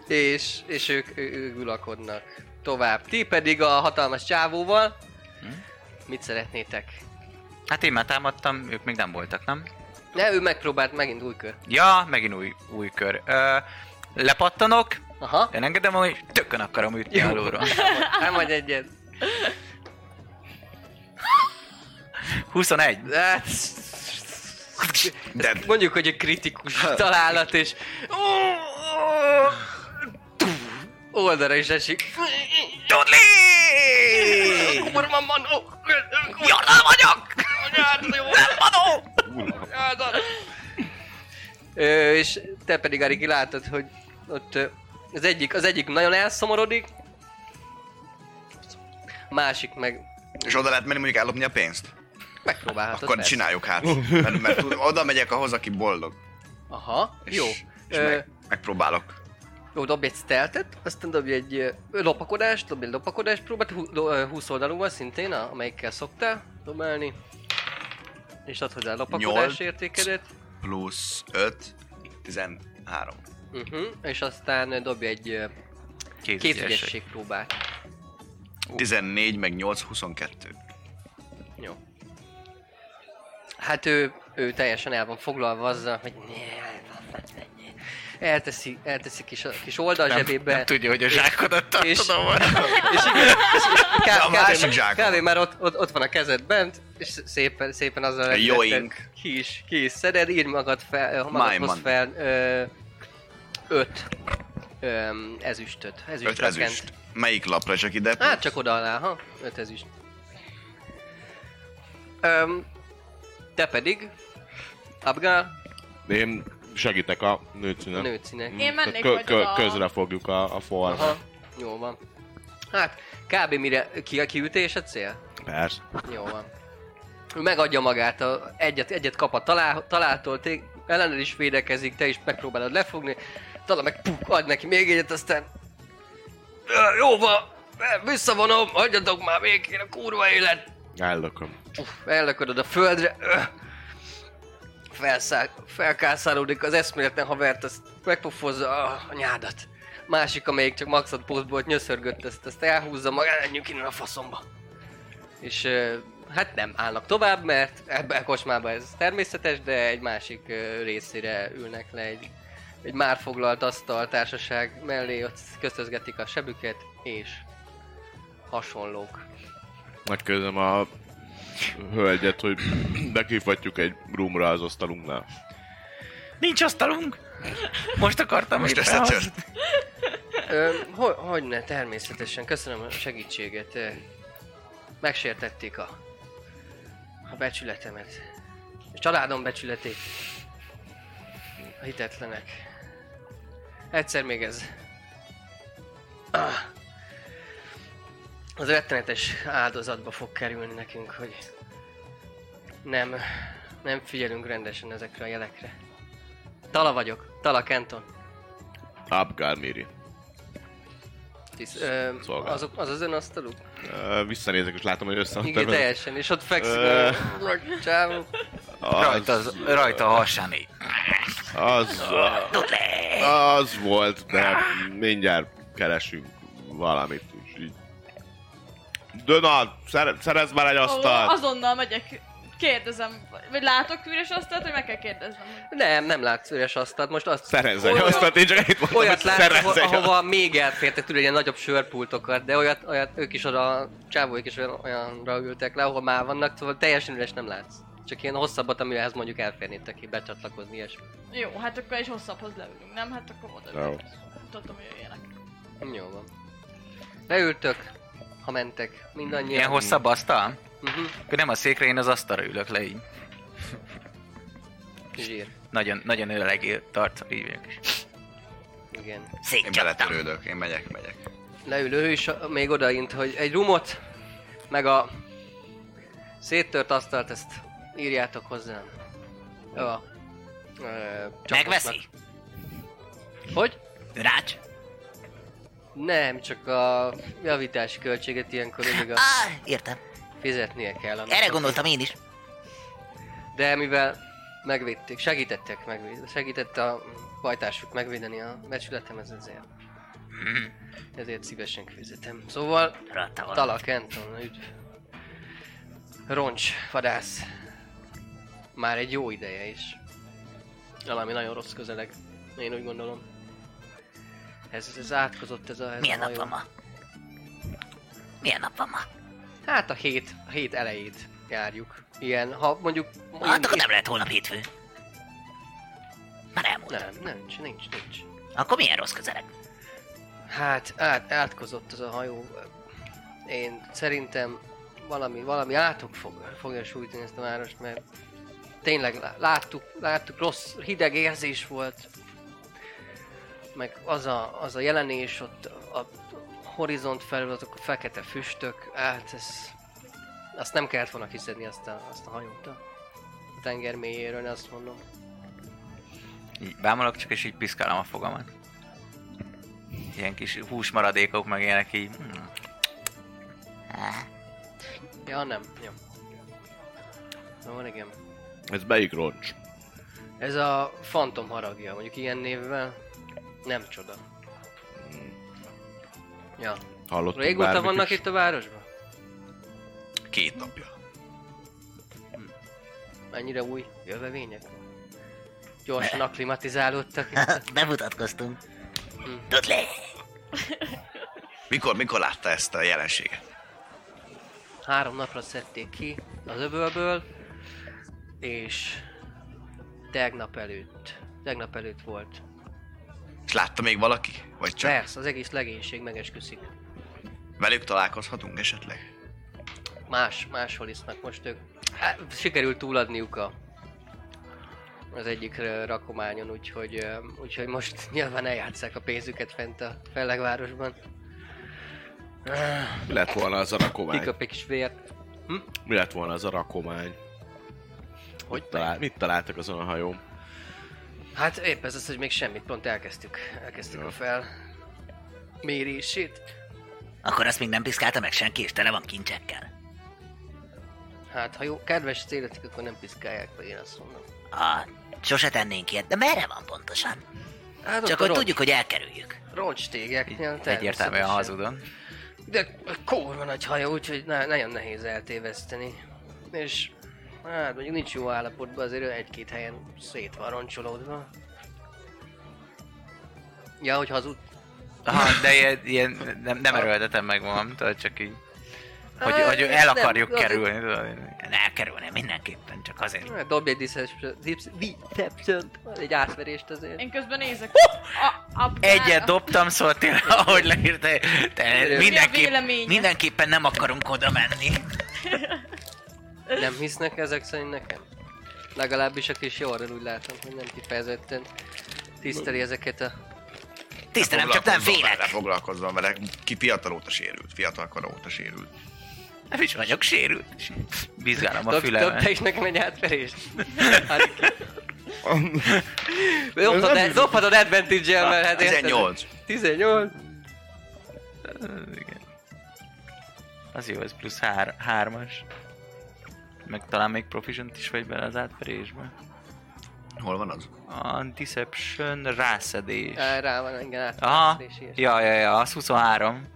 és, és ők, ő, ők ulakodnak tovább. Ti pedig a hatalmas csávóval. Mit szeretnétek? Hát én már támadtam, ők még nem voltak, nem? Ne, ő megpróbált megint új kör. Ja, megint új, új kör. Ö, lepattanok, Aha. én engedem, hogy tökön akarom ütni Jó. alulról. Nem vagy egyet. 21. Hát... Dead. Mondjuk, hogy egy kritikus találat, és... Oldalra is esik. Tudli! Kurva manó! Jardal vagyok! Nem manó! Jardal! Ö, És te pedig, Ariki, látod, hogy ott ö, az egyik, az egyik nagyon elszomorodik, másik meg És oda lehet menni mondjuk ellopni a pénzt? megpróbálhatod. Akkor persze. csináljuk hát. Mert, mert tudom, oda megyek ahhoz, aki boldog. Aha, És- jó. És Ö, meg, megpróbálok. Jó, dobj egy stealthet, aztán dobj egy ö, lopakodást, dobj egy lopakodást próbát, hú- do- ö, 20 oldalúval szintén, a- amelyikkel szoktál dobálni. És ad hozzá a Nyolc. lopakodás értékedet. Plusz 5, 13. Uh-huh. És aztán ö, dobj egy ö, Két, két ügyesség. ügyesség próbát. 14, meg 8, 22. Jó. Hát ő, ő teljesen el van foglalva azzal, hogy elteszi, elteszi kis, kis oldalzsebébe. Nem tudja, hogy a zsákodat és, tartodom van. és igen, és De a ká- másik kávé, már, zsákon. kávé már ott, ott, ott van a kezed bent, és szépen, szépen azzal rendeted. joink. ki is, ki is szeded, írj magad fel, ö, magadhoz Májman. fel ö, öt ö, ezüstöt, ezüst, 5 ezüst. Melyik lapra csak ide? Hát csak oda alá, ha, öt ezüst. Öm, te pedig, Abgar, Én segítek a nőcínen. nőcinek. Én mennék Kö- majd kö- oda a- Közre fogjuk a, a Aha, formát. jó van. Hát, kb. mire ki a kiütés a cél? Persze. Jó van. Ő megadja magát, a, egyet, egyet kap a talál, találtól, té, ellened is védekezik, te is megpróbálod lefogni, talán meg puk, ad neki még egyet, aztán... "Ö, Jó van, ö, visszavonom, hagyjatok már végén a kurva élet, Ellököm. Puff, ellöködöd a földre, öh. Felszá, felkászálódik az eszméletlen havert, azt megpofozza ah, a nyádat. Másik, amelyik csak maxot pózból nyöszörgött, ezt, ezt elhúzza magát, menjünk innen a faszomba. És ö, hát nem állnak tovább, mert ebbe a kocsmába ez természetes, de egy másik ö, részére ülnek le egy, egy már foglalt asztal társaság mellé, ott köztözgetik a sebüket, és hasonlók. Megkérdezem a hölgyet, hogy bekívhatjuk egy roomra az asztalunknál. Nincs asztalunk! Most akartam Most éppen azt. összetört. Ö, hogy, hogy ne, természetesen, köszönöm a segítséget. Ö, Megsértették a, a becsületemet. A családom becsületét. A hitetlenek. Egyszer még ez. Ah. Az rettenetes áldozatba fog kerülni nekünk, hogy nem, nem figyelünk rendesen ezekre a jelekre. Tala vagyok, Tala Kenton. Abgál Miri. Tisz, ö, Szolgál. azok, az az ön asztaluk? Ö, Visszanézek és látom, hogy összeadtam. Igen, teljesen, és ott fekszik Ö. a csávó. Az, Rajta, az, rajta a hasán így. az, az volt, de mindjárt keresünk valamit. És így. Döna, szer, szerez már egy Ó, asztalt! azonnal megyek, kérdezem, vagy látok üres asztalt, hogy meg kell kérdeznem. Nem, nem látsz üres asztalt. Most azt Szerez egy asztalt, én csak itt mondtam, hogy Olyat látsz, szerez ahova, egy ahova még elfértek tőle ilyen nagyobb sörpultokat, de olyat, olyat ők is oda, csávóik is olyan, olyanra ültek le, ahol már vannak, szóval teljesen üres nem látsz. Csak ilyen hosszabbat, amihez mondjuk elférnétek ki, becsatlakozni, ilyesmi. Jó, hát akkor is hosszabbhoz leülünk, nem? Hát akkor oda Jó. no. Tudtam, hogy jöjjenek. Jó van. Leültök, ha mentek, mindannyian. Ilyen hosszabb asztal? Uh-huh. Mhm. Akkor nem a székre, én az asztalra ülök le így. Zsír. Nagyon, nagyon öreg tart, így vagyok. Igen. Én Szétcsaptam. beletörődök, én megyek, megyek. Leül ő is a- még odaint, hogy egy rumot, meg a széttört asztalt, ezt írjátok hozzám. Jó. Ö, csapatnak. Megveszi? Hogy? Rács? Nem, csak a javítási költséget ilyenkor mindig a Á, értem. fizetnie kell. annak. Ah. Erre gondoltam én is. De mivel megvédték, segítettek, megvéd, segített a pajtásuk megvédeni a becsületem, ez azért. Mhm. Ezért szívesen fizetem. Szóval, Rajta van. Tala Kenton, üdv. Roncs, vadász. Már egy jó ideje is. Valami nagyon rossz közeleg. Én úgy gondolom. Ez, ez átkozott ez a... Ez Milyen a nap hajó. van ma? Milyen nap van ma? Hát a hét, a hét elejét járjuk. Ilyen, ha mondjuk... Hát akkor nem lehet holnap hétfő. Már elmúlt. Nem, nincs, nincs, nincs. Akkor milyen rossz közeleg? Hát, át, átkozott az a hajó. Én szerintem valami, valami átok fog, fogja sújtani ezt a várost, mert tényleg lá- láttuk, láttuk, rossz, hideg érzés volt. Meg az a, az a jelenés ott a horizont felül, azok a fekete füstök, hát ez... Azt nem kellett volna kiszedni azt a, azt a hajót a tenger mélyéről, én azt mondom. Így bámolok csak, és így piszkálom a fogamat. Ilyen kis húsmaradékok, meg ilyenek így. Mm. Ja, nem, jó. Szóval igen. Ez melyik roncs? Ez a fantom haragja, mondjuk ilyen névvel nem csoda. Ja. Hallottunk Régóta bármit vannak is? itt a városban? Két napja. Mennyire új jövevények? Gyorsan akklimatizálódtak itt. Bemutatkoztunk. Dudley! Mikor, mikor látta ezt a jelenséget? Három napra szedték ki az öbölből, és tegnap előtt, tegnap előtt volt. És látta még valaki? Vagy csak Persze, az egész legénység megesküszik. velük találkozhatunk esetleg? más, máshol isznak most ők. Hát, sikerült túladniuk a az egyik ö, rakományon, úgyhogy, ö, úgyhogy most nyilván eljátszák a pénzüket fent a fellegvárosban. Mi lett volna az a rakomány? Kiköp egy kis vért. Mi lett volna az a rakomány? Hogy talál, mit találtak azon a hajón? Hát épp ez az, hogy még semmit, pont elkezdtük. Elkezdtük Jó. a fel mérését. Akkor azt még nem piszkálta meg senki, és tele van kincsekkel. Hát ha jó, kedves céletik, akkor nem piszkálják meg, én azt mondom. Ah, sose tennénk ilyet, de merre van pontosan? Hát Csak hogy tudjuk, hogy elkerüljük. Roncs tégeknél, Egyértelműen hazudon. De kurva nagy haja, úgyhogy ne, nagyon nehéz eltéveszteni. És hát mondjuk nincs jó állapotban, azért ő egy-két helyen szét van roncsolódva. Ja, hogy hazud. Aha, de ilyen, ilyen nem, nem erőltetem meg magam, tudod, csak így. Hogy, Hát, hogy el nem, akarjuk azért- kerülni, tudod. Elkerülni mindenképpen, csak azért. Hát, Dobj egy deception- dips- deception egy átverést azért. Én közben nézek. A, a, Egyet a- dobtam, szóval tényleg, ahogy leírta, te, a mindenképp, véleményed? mindenképpen nem akarunk oda menni. Nem hisznek ezek szerint nekem? Legalábbis a kis Jordan úgy látom, hogy nem kifejezetten tiszteli ezeket a... Tisztelem, csak nem Foglalkozzon Vele, félek. foglalkozzon vele. Ki fiatal óta sérült, fiatal kora óta sérült. Nem is vagyok sérült. Bizgálom a Dob, dobj te fülemet. is nekem egy átverést. Hát, dobhatod, dobhatod advantage-el, mert hát érted? 18. 18. Az jó, ez plusz hár, hármas. Meg talán még proficient is vagy bele az átverésbe. Hol van az? A deception rászedés. Á, Rá van, igen, Aha, átverés. ilyesmi. ja, ja, ja, az 23.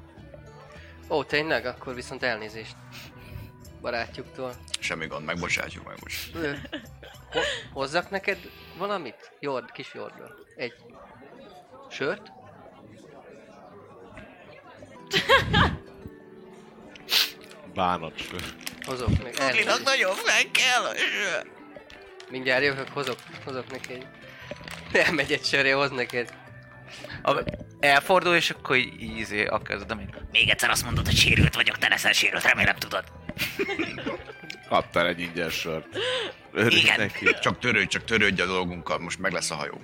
Ó, tényleg? Akkor viszont elnézést. Barátjuktól. Semmi gond, megbocsátjuk, megbocsátjuk. Ö, ho- hozzak neked valamit? Jord, kis jordra. Egy sört? Bánat. Hozok még. Elnézést. nagyon fel kell. Mindjárt jövök, hozok, hozok neki egy... Elmegy egy sörre, hoz neked. A, elfordul, és akkor így, így izé, akad, de még. Még egyszer azt mondod, hogy sérült vagyok, te leszel sérült, remélem tudod. Kaptál egy ingyen sört. Örülj Igen. Neki. Csak törődj, csak törődj a dolgunkkal, most meg lesz a hajó.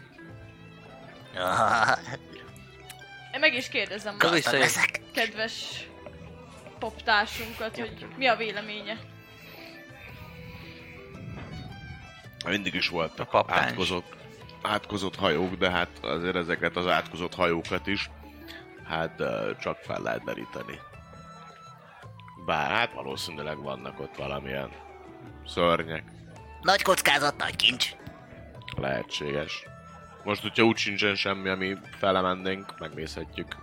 Én meg is kérdezem Az a is Gazdag szép. leszek. kedves poptársunkat, hogy mi a véleménye. Mindig is voltak A kaptány is. átkozott, átkozott hajók, de hát azért ezeket az átkozott hajókat is hát ö, csak fel lehet deríteni. Bár hát valószínűleg vannak ott valamilyen szörnyek, Nagy kockázat, nagy kincs. lehetséges. Most, hogyha úgy sincsen semmi, ami felemennénk, megnézhetjük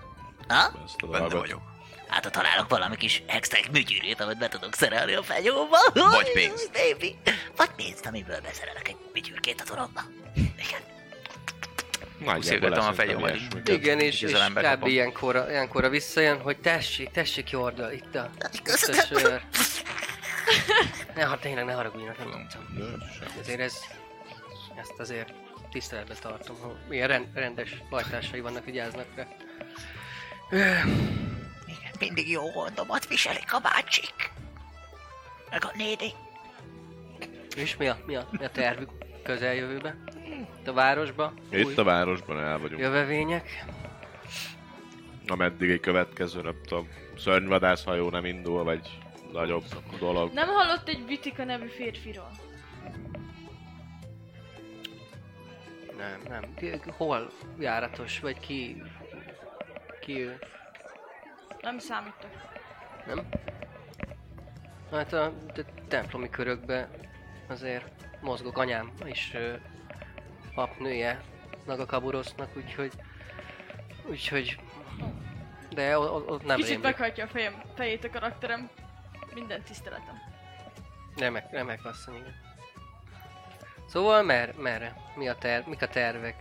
Ha? ezt a Benne dolgot. vagyok. Hát ha találok valami kis extra műgyűrűt, amit be tudok szerelni a fenyóba. Vagy pénzt. Baby. Vagy pénzt, amiből beszerelek egy műgyűrkét a toromba. Igen. Nagyjából Szívgatom a lesz, fegyom, ami vagy. ilyesmi. Igen, és, Így az és ember kb. kapom. Ilyenkorra, ilyenkorra visszajön, hogy tessék, tessék Jorda, itt a, itt a Köszönöm. sör. Ne, ha tényleg ne haragudjanak, nem mondtam. Ezért ez, ezt azért tiszteletbe tartom, ha ilyen rend, rendes bajtársai vannak, vigyáznak rá. Igen, mindig jó gondomat viselik a bácsik. Meg a nédi. És mi a, mi a, mi a tervük közeljövőbe? Itt a városba? Itt a városban el vagyunk. jövevények? ameddig egy következő, nem tudom, szörnyvadászhajó nem indul, vagy nagyobb dolog. Nem hallott egy Vitika nevű férfiról? Nem, nem. Ki- Hol járatos, vagy ki... Ki ő? Nem számítok. Nem? Hát a te- templomi körökbe azért mozgok anyám is ö, papnője Nagakaburosznak, úgyhogy... Úgyhogy... De o- o- ott nem Kicsit rémlik. meghajtja a fejem, fejét a karakterem. Minden tiszteletem. Remek, remek asszony, igen. Szóval mer, merre? Mi a ter, mik a tervek?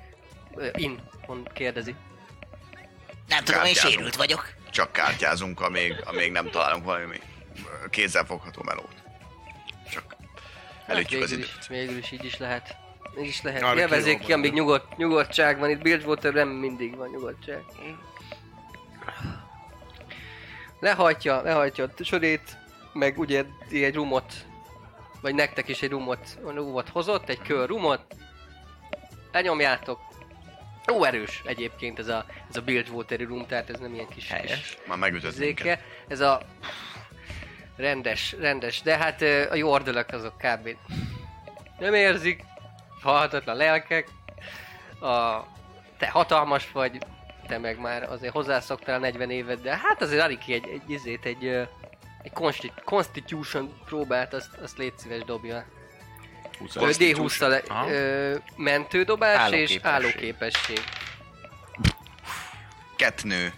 Ö, In, mond, kérdezi. Nem tudom, én Kártyázom. sérült vagyok. Csak kártyázunk, amíg, amíg nem találunk valami kézzelfogható melót. Csak elütjük az Hát végül, időt. is, végül is így is lehet. Így is lehet. Arra Élvezzék kirobban, ki, amíg nem? nyugodt, nyugodtság van. Itt Bilgewaterben mindig van nyugodtság. Lehajtja, lehajtja a sörét, meg ugye ti egy rumot, vagy nektek is egy rumot, rumot hozott, egy kör rumot. Lenyomjátok. Ó, erős egyébként ez a, ez a Bilgewater rum, tehát ez nem ilyen kis, kis Már megütött minket. zéke. Ez a rendes, rendes, de hát ö, a jordölök azok kb. nem érzik, halhatatlan lelkek, a, te hatalmas vagy, te meg már azért hozzászoktál 40 évet, de hát azért Ariki egy, egy izét, egy, ö, egy consti- constitution próbált, azt, azt légy szíves dobja. Ö, D20-tal Aha. ö, mentődobás és Állóképesség. állóképesség. Ketnő.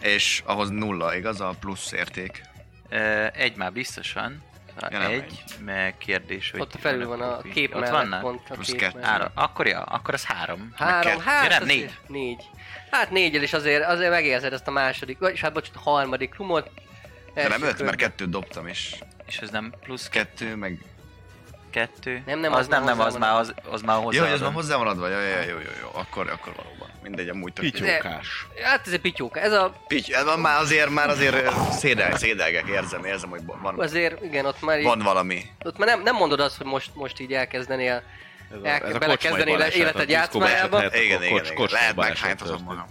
És ahhoz nulla, igaz? A plusz érték. Ö, egy már biztosan. Szóval Ja, nem egy, meg kérdés, hogy... Ott felül van a Ott kép Ott mellett, vannak? pont a Plusz kép kettő. mellett. Három. Akkor ja, akkor az három. Három, kell. hát Ja, nem, azért négy. négy. Hát négyel is azért, azért megérzed ezt a második, vagyis hát bocsánat, a harmadik rumot. De nem Első öt, körben. mert kettőt dobtam, és És ez nem plusz kettő, meg... kettő? Nem, nem, az, az nem, már nem, az hozzá már, az, az már hozzá. Jó, hogy az már hozzá van adva, jaj, jaj, jó, jó, jó, akkor, akkor valóban. Mindegy, amúgy tök jó. Pityókás. Hát ez egy pityóka, ez a, Pitty, ez van már azért, már azért szédel, szédelgek, érzem, érzem, hogy van, azért igen, ott már, így, van valami. ott már nem, nem mondod azt, hogy most, most így elkezdenél, Ez el- belekezdeni éle- életed játszmájába. Igen, igen, igen, lehet meghánytatom magam.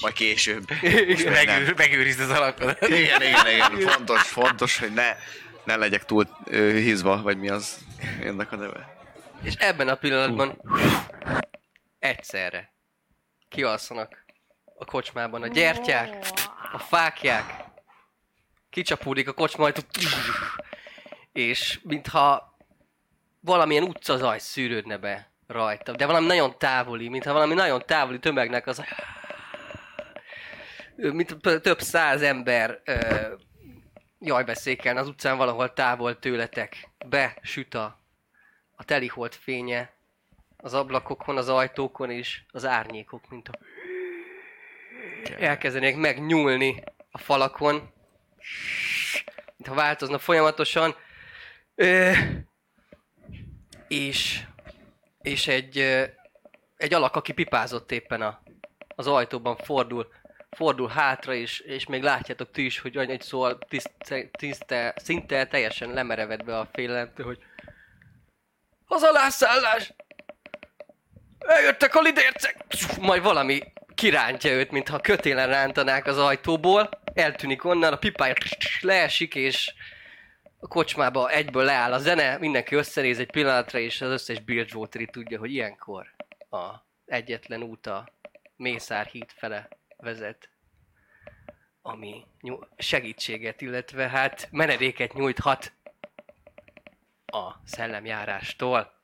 Majd később. Most még nem. Megőr, megőrizd az alapodat. Igen, igen, igen, fontos, fontos, hogy ne, ne legyek túl ö, hízva, vagy mi az ennek a neve. és ebben a pillanatban egyszerre kialszanak a kocsmában a gyertyák, a fákják, kicsapódik a kocsma, majd és mintha valamilyen utcazaj szűrődne be rajta, de valami nagyon távoli, mintha valami nagyon távoli tömegnek az mint p- több száz ember ö, jaj beszéken az utcán valahol távol tőletek. Be süt a, a telihold fénye az ablakokon, az ajtókon és az árnyékok, mint a elkezdenék megnyúlni a falakon, mintha változna folyamatosan. Ö, és, és egy, ö, egy alak, aki pipázott éppen a, az ajtóban fordul, fordul hátra, és, és még látjátok ti is, hogy any- egy szól tiszte, tiszte, szinte teljesen lemerevedve a félelemtől, hogy az alászállás! Eljöttek a lidércek! Majd valami kirántja őt, mintha kötélen rántanák az ajtóból, eltűnik onnan, a pipája leesik, és a kocsmába egyből leáll a zene, mindenki összenéz egy pillanatra, és az összes Bilgewater tudja, hogy ilyenkor a egyetlen út a Mészár híd fele vezet, ami nyú- segítséget, illetve hát menedéket nyújthat a szellemjárástól.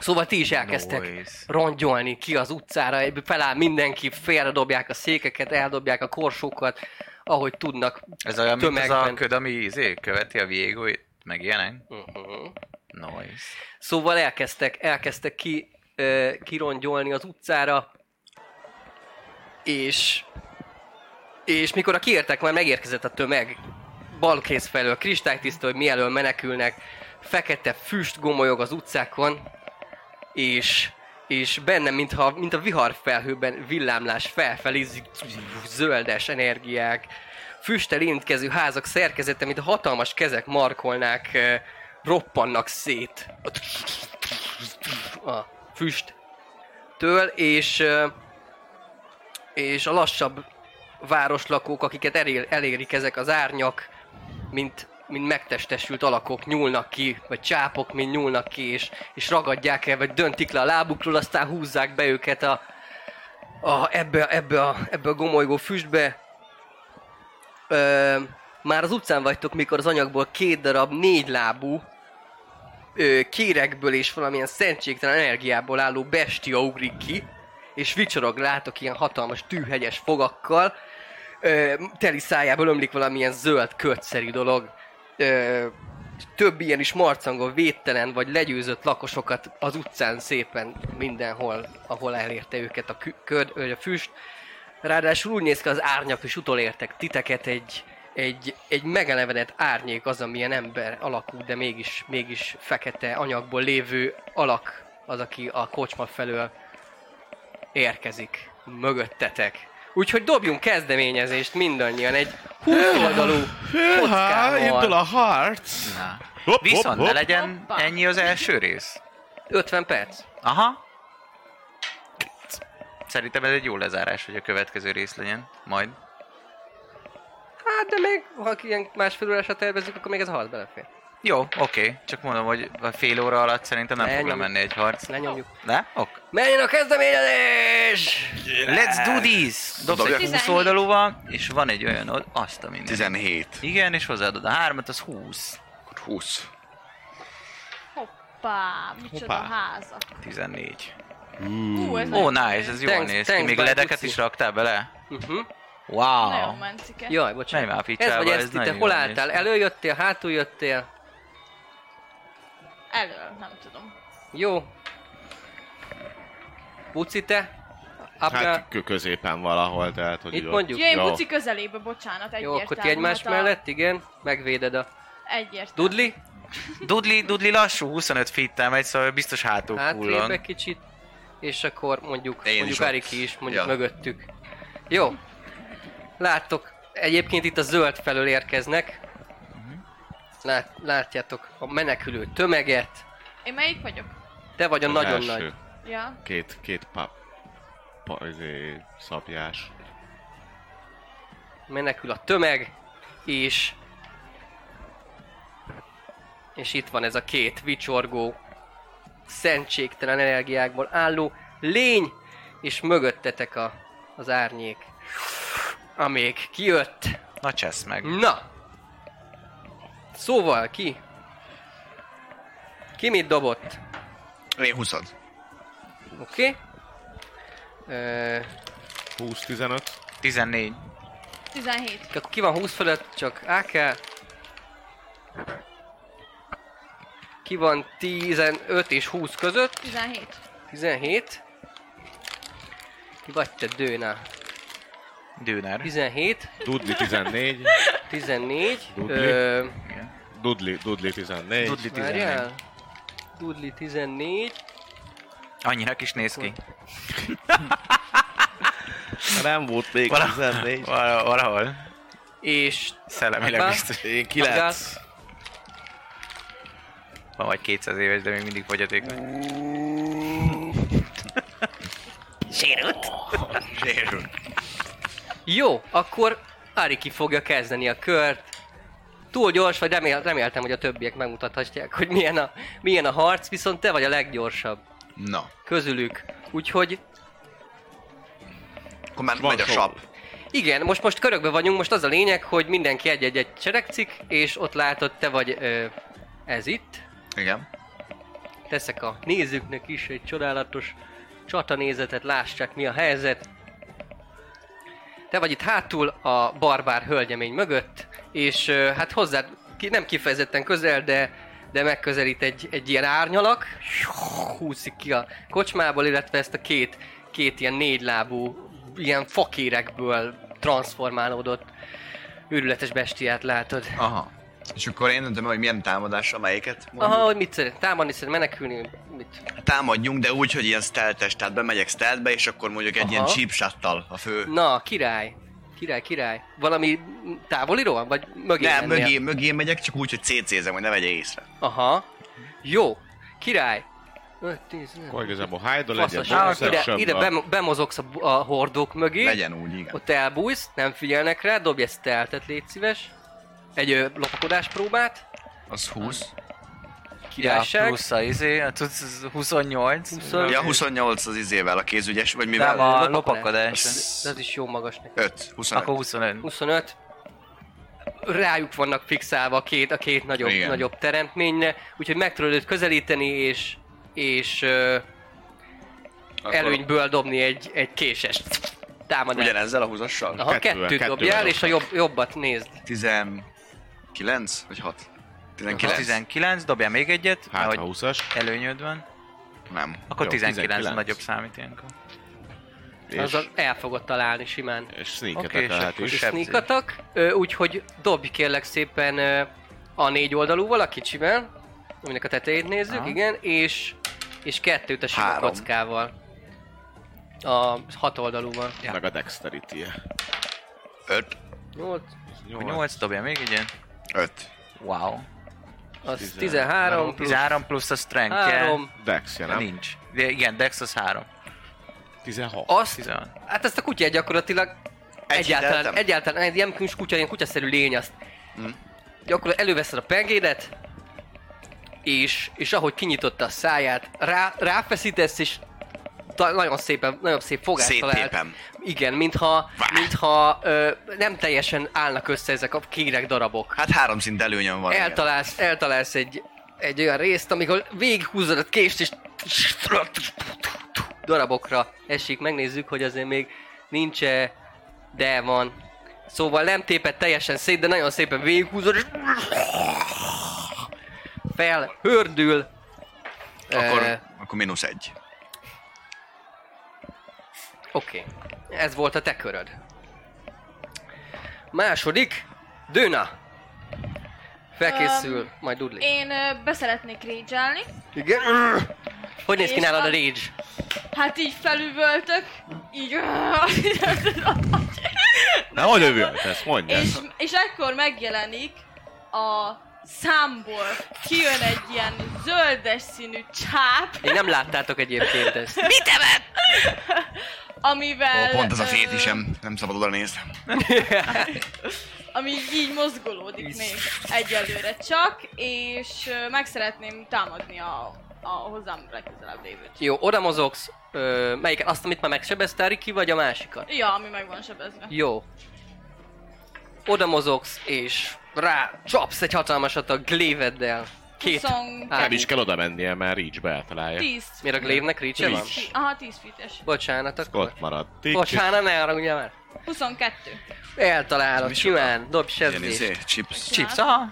Szóval ti is elkezdtek Noise. rongyolni ki az utcára, egyből feláll mindenki, félredobják a székeket, eldobják a korsókat, ahogy tudnak. Ez olyan, mint az a Tömegben. köd, ami izé, követi a viego meg ilyenek. Uh-huh. Noise. Szóval elkezdtek, elkezdtek ki, ö, kirongyolni az utcára, és, és mikor a kiértek, már megérkezett a tömeg, bal kéz felől kristálytiszta, hogy mielől menekülnek, fekete füst gomolyog az utcákon, és, és benne, mintha, mint a viharfelhőben villámlás felfelizzik, zöldes energiák, füsttel érintkező házak szerkezete, mint a hatalmas kezek markolnák, ö, roppannak szét a füsttől, és, ö, és a lassabb városlakók, akiket elér, elérik ezek az árnyak, mint, mint megtestesült alakok nyúlnak ki, vagy csápok, mint nyúlnak ki, és, és ragadják el, vagy döntik le a lábukról, aztán húzzák be őket a, a, ebbe, ebbe, a, ebbe a gomolygó füstbe. Ö, már az utcán vagytok, mikor az anyagból két darab négy lábú ö, kérekből és valamilyen szentségtelen energiából álló bestia ugrik ki, és vicsorog látok ilyen hatalmas tűhegyes fogakkal, ö, teli szájából ömlik valamilyen zöld kötszerű dolog. Ö, több ilyen is marcangol védtelen vagy legyőzött lakosokat az utcán szépen mindenhol, ahol elérte őket a, kü- köd, ö, a füst. Ráadásul úgy néz ki az árnyak, és utolértek titeket egy, egy, egy megelevenedett árnyék az, amilyen ember alakú, de mégis, mégis fekete anyagból lévő alak az, aki a kocsma felől érkezik mögöttetek. Úgyhogy dobjunk kezdeményezést mindannyian egy 20 oldalú Into kockával. a hearts. Hopp, Viszont ne legyen Hoppa. ennyi az első rész. 50 perc. Aha. Szerintem ez egy jó lezárás, hogy a következő rész legyen. Majd. Hát, de még, ha ilyen másfél órásra tervezzük, akkor még ez a harc belefér. Jó, oké. Csak mondom, hogy a fél óra alatt szerintem nem fog Elnyomjuk. lemenni egy harc. Lenyomjuk. De? Ok. Menjen a kezdeményezés! Let's do this! Dobsz egy Dobjak? 20 17. oldalúval, és van egy olyan, ott azt a minden. 17. Igen, és hozzáadod a hármat, az 20. 20. Hoppá, micsoda Hoppá. háza. 14. Hú, ez Ó, oh, nice, ez jól Thanks- néz ki. thanks, Még bye, ledeket Puci. is raktál bele? Uh-huh. Wow! nagyon mencike. Jaj, Menj bocsánat. már a Ez vagy picsába, ez, ez, te nagyon hol jól néz álltál? ki. Előjöttél, hátul jöttél? Elől, nem tudom. Jó. Puci, te? Hát Abnál? kö- középen valahol, tehát hogy Itt ott- mondjuk. Ja, én Jó. buci közelébe, bocsánat, egyértelmű. Jó, akkor ti egymás hát a- mellett, igen. Megvéded a... Egyértelmű. Dudli? Dudli, Dudli lassú, 25 fittel megy, szóval biztos hátul Hátrébb hullan. egy kicsit. És akkor mondjuk, Én mondjuk is ott. Ariki is, mondjuk Ja. mögöttük. Jó. Láttok, egyébként itt a zöld felől érkeznek. Mhm. Lát, látjátok a menekülő tömeget. Én melyik vagyok? Te vagy a Az nagyon első. nagy. Ja. Két, két pap. Pa, izé, szabjás. menekül a tömeg, és és itt van ez a két vicsorgó, szentségtelen energiákból álló lény, és mögöttetek a, az árnyék, amíg kijött. Mhm. Na csesz meg. Na, Szóval ki? Ki mit dobott? Én 20 Oké. Okay. 20-15. 14. 17. Akkor ki van 20 fölött, csak á kell. Ki van 15 és 20 között? 17. 17. Ki vagy te dőna? Dűner. 17, Dudli 14. 14. Dudli. Ö, Dudli, Dudli 14. Dudli 14. várjál. Dudli 14. Annyira is néz ki. Nem volt még 14. Val- Valahol. És Szellemileg Abba? biztos. Én Abgál, 9. Van vagy 200 éves, de még mindig fogyatékos. Sérült? Jó, akkor Ariki fogja kezdeni a kört. Túl gyors vagy, remél, reméltem, hogy a többiek megmutathatják, hogy milyen a, milyen a harc, viszont te vagy a leggyorsabb Na, közülük. Úgyhogy akkor már Van megy a sok. sap. igen, most most körökbe vagyunk, most az a lényeg, hogy mindenki egy-egy-egy cserekszik, és ott látod, te vagy ö, ez itt. Igen. Teszek a nézőknek is egy csodálatos csatanézetet, lássák mi a helyzet. Te vagy itt hátul a barbár hölgyemény mögött, és ö, hát hozzád ki, nem kifejezetten közel, de, de megközelít egy, egy ilyen árnyalak, húzik ki a kocsmából, illetve ezt a két, két ilyen négylábú, ilyen fakérekből transformálódott őrületes bestiát látod. Aha. És akkor én döntöm, el, hogy milyen támadásra melyiket mondjuk. Aha, hogy mit szeret, támadni szeret, menekülni, mit? Támadjunk, de úgy, hogy ilyen stealth tehát bemegyek stealthbe, és akkor mondjuk egy Aha. ilyen cheap shot-tal a fő... Na, király. Király, király. Valami távoliról? Vagy mögé Nem, mennél? mögé, mögé megyek, csak úgy, hogy CC-zem, hogy ne vegye észre. Aha. Jó. Király. Öt, tíz, nem. Akkor igazából hide legyen, Faszos. bonus Ide, action-ba. ide bem- bemozogsz a, bu- a hordók mögé. Legyen úgy, igen. Ott elbújsz, nem figyelnek rá, dobj ezt teltet, légy szíves. Egy ö, lopakodás próbát. Az 20. Királyság. Ja, plusz a izé, a tudsz, 28. 20, Ja, 28 az izével, a kézügyes, vagy Nem, mivel? a Lopakodás. lopakodás. De Szóval- az is jó magas neki. 5, 25. Akkor 25. 25. Rájuk vannak fixálva a két, a két nagyobb, Igen. nagyobb teremtményre, úgyhogy meg tudod őt közelíteni, és, és ö, Akkor előnyből dobni egy, egy késes támadást. Ugyanezzel a húzassal? Aha, Kettővel, kettőt kettővel dobjál, és a dobtam. jobb, jobbat nézd. 19 vagy 6? 19? 19, dobjál még egyet, Hát ahogy a 20-as. előnyöd van. Nem. Akkor Jó, 19 19. nagyobb számít ilyenkor. Az És, el fogod találni simán. és Oké, és sneaketek lehet akkor is. sebzés. Sneak attack, ö, úgyhogy dobj kérlek szépen ö, a négy oldalúval, a kicsivel, aminek a tetejét nézzük, Aha. igen, és, és kettőt a sima Három. kockával. A hat oldalúval. Meg a dexterity -je. 5. 8, 8, dobjál még egyet. 5. Wow. az 13 13 plusz 13 plusz a strength 3. Dex, ja, nem? Nincs. De igen, Dex az 3. 16. Azt, 16. hát ezt a kutyát gyakorlatilag egyáltalán, hideltem? egyáltalán, egy ilyen kis kutya, ilyen kutyaszerű lény azt. Mm. Gyakorlatilag előveszed a pengédet, és, és ahogy kinyitotta a száját, rá, ráfeszítesz, és ta, nagyon szépen, nagyon szép fogást talált. Széttépem. Igen, mintha, mintha ö, nem teljesen állnak össze ezek a kérek darabok. Hát három szint előnyöm van. igen. Eltalálsz, eltalálsz egy, egy olyan részt, amikor végighúzod a kést, és darabokra esik. Megnézzük, hogy azért még nincs -e, de van. Szóval nem téped teljesen szét, de nagyon szépen végighúzod, és felhördül. Akkor, Eh, akkor mínusz egy. Oké, okay. ez volt a te köröd. Második, Dőna. Felkészül, Öm, majd dudli. Én ö, beszeretnék régyelni. Igen. Hogy néz ki És nálad a a- rage? Hát így felüvöltök. Így. Na, hogy lövölt ezt? Mondja. és, és ekkor megjelenik a számból kijön egy ilyen zöldes színű csáp, Én nem láttátok egyébként ezt. Mit evett? amivel... Ó, pont ez a ö, fétisem, nem szabad oda nézni. Ami így mozgolódik még egyelőre csak, és ö, meg szeretném támadni a, a hozzám legközelebb lévőt. Jó, oda mozogsz. Ö, melyiket? Azt, amit már megsebezte Riki, vagy a másikat? Ja, ami meg van sebezve. Jó. Oda mozogsz, és rá csapsz egy hatalmasat a gléveddel. Két 22. Nem is kell oda mennie, mert így be eltalálja. 10. Miért a glévnek reach van? Reach. Aha, 10 fites. Bocsánat, akkor... Ott marad. Bocsánat, ne arra ugye már. 22. Eltalálod, simán, dobj Ilyen izé, sebzést. chips. Chips, aha.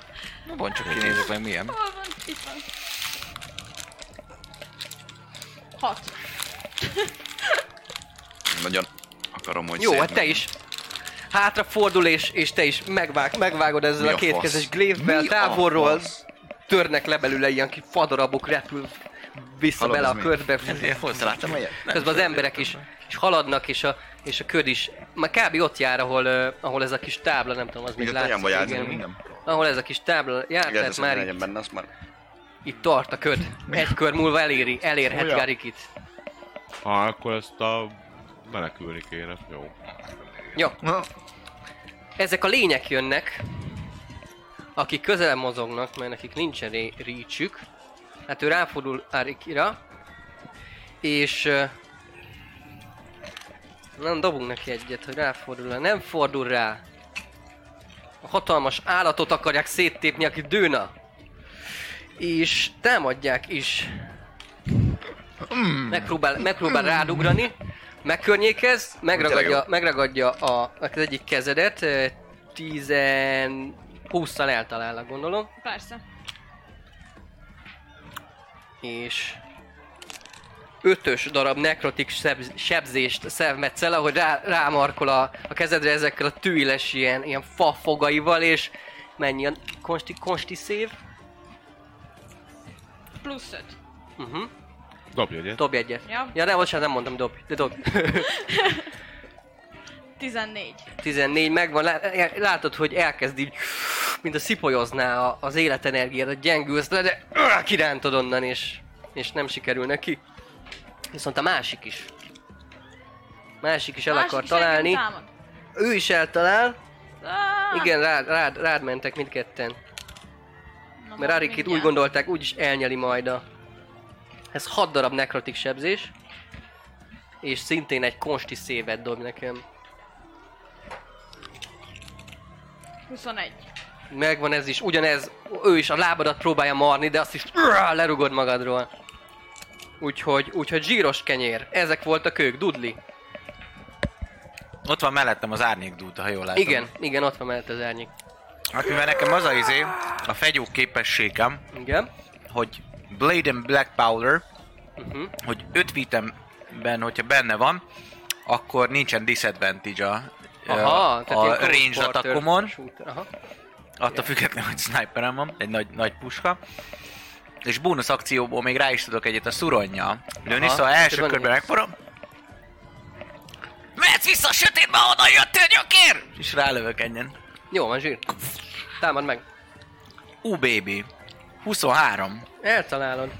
Na bontsuk ki, nézzük meg milyen. Hol van? Itt van. 6. Nagyon akarom, hogy Jó, szép hát te legyen. is hátrafordul, és, és te is megvág, megvágod ezzel Mi a a kétkezes fasz? glévvel, Mi a távolról Hát fasz? törnek le belőle ilyen kis fadarabok, repül vissza Hallom, bele ez a mi? körbe. Én hozzálláttam egyet. Közben az emberek is, is haladnak, és a, és a köd is, már kb. ott jár, ahol, ö, ahol ez a kis tábla, nem tudom, az még Még a teján vagy látszik. ázom, Igen. nem? Ahol ez a kis tábla jár, Igen, tehát ez már már legyen itt, benne, azt már... itt tart a köd. Egy kör múlva eléri, elérhet Olyan. Garikit. Ha, akkor ezt a menekülni kéne. Jó. Jó. Ezek a lények jönnek, akik közel mozognak, mert nekik nincsen ré- reachük. Hát ő ráfordul Arikira, és... ö, Nem dobunk neki egyet, hogy ráfordul -e. Nem fordul rá. A hatalmas állatot akarják széttépni, aki dőna. És támadják is. Megpróbál, megpróbál rádugrani, megkörnyékez, megragadja, Tényleg megragadja a, az egyik kezedet, 10 20-szal eltalállak gondolom, Persze. és ötös darab nekrotik sebz, sebzést szenvedsz el, ahogy rá, rámarkol a, a kezedre ezekkel a tűiles ilyen, ilyen fa fogaival, és mennyi a konsti, konsti szév? Plusz 5. Uh-huh. Dobj egyet. Dobj egyet. Ja. ja nem, bocsánat, nem mondtam, dobj. De dobj. 14. 14 megvan, lá- el- látod, hogy elkezd így, mint a szipolyozná a- az életenergiát, a gyengülsz le, de öh, kirántod onnan, és, és nem sikerül neki. Viszont a másik is. Másik is el Másik akar is találni. engem támad. Ő is eltalál. Ah, Igen, rád, rád, rád mentek mindketten. na Mert majd Arikit úgy mindjárt. gondolták, úgyis elnyeli majd a... Ez 6 darab nekrotik sebzés. És szintén egy konsti szévet dob nekem. 21. Megvan ez is, ugyanez, ő is a lábadat próbálja marni, de azt is lerugod magadról. Úgyhogy, úgyhogy zsíros kenyér. Ezek voltak ők, Dudli. Ott van mellettem az árnyék dúd, ha jól látom. Igen, igen, ott van mellett az árnyék. Hát mivel nekem az a izé, a fegyó képességem, Igen. hogy Blade and Black Powder, Uh-huh. hogy 5 vitemben, hogyha benne van, akkor nincsen disadvantage a, Aha, a, tehát ilyen a close range quarter attackomon, shooter. Aha. attól függetlenül, hogy sniperem van, egy nagy, nagy puska. És bónusz akcióból még rá is tudok egyet a szuronnyal lőni, Aha, szóval első van körben ilyen. megforom. Mehetsz vissza a sötétbe, onnan jöttél nyokér! És rálövök egyen. Jó van, zsír. Támad meg. Ú, baby. 23. Eltalálod.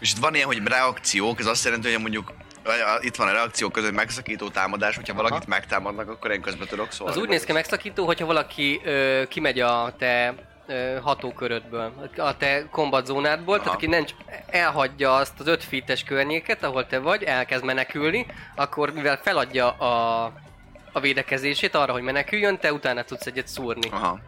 És itt van ilyen, hogy reakciók, ez azt jelenti, hogy mondjuk vagy a- itt van a reakció között megszakító támadás, hogyha valakit megtámadnak, akkor én közben tudok szólni. Az úgy néz ki megszakító, hogyha valaki ö, kimegy a te ö, hatókörödből, a te kombatzónádból, tehát Aha. aki nem elhagyja azt az 5 feet környéket, ahol te vagy, elkezd menekülni, akkor mivel feladja a, a védekezését arra, hogy meneküljön, te utána tudsz egyet szúrni. Aha.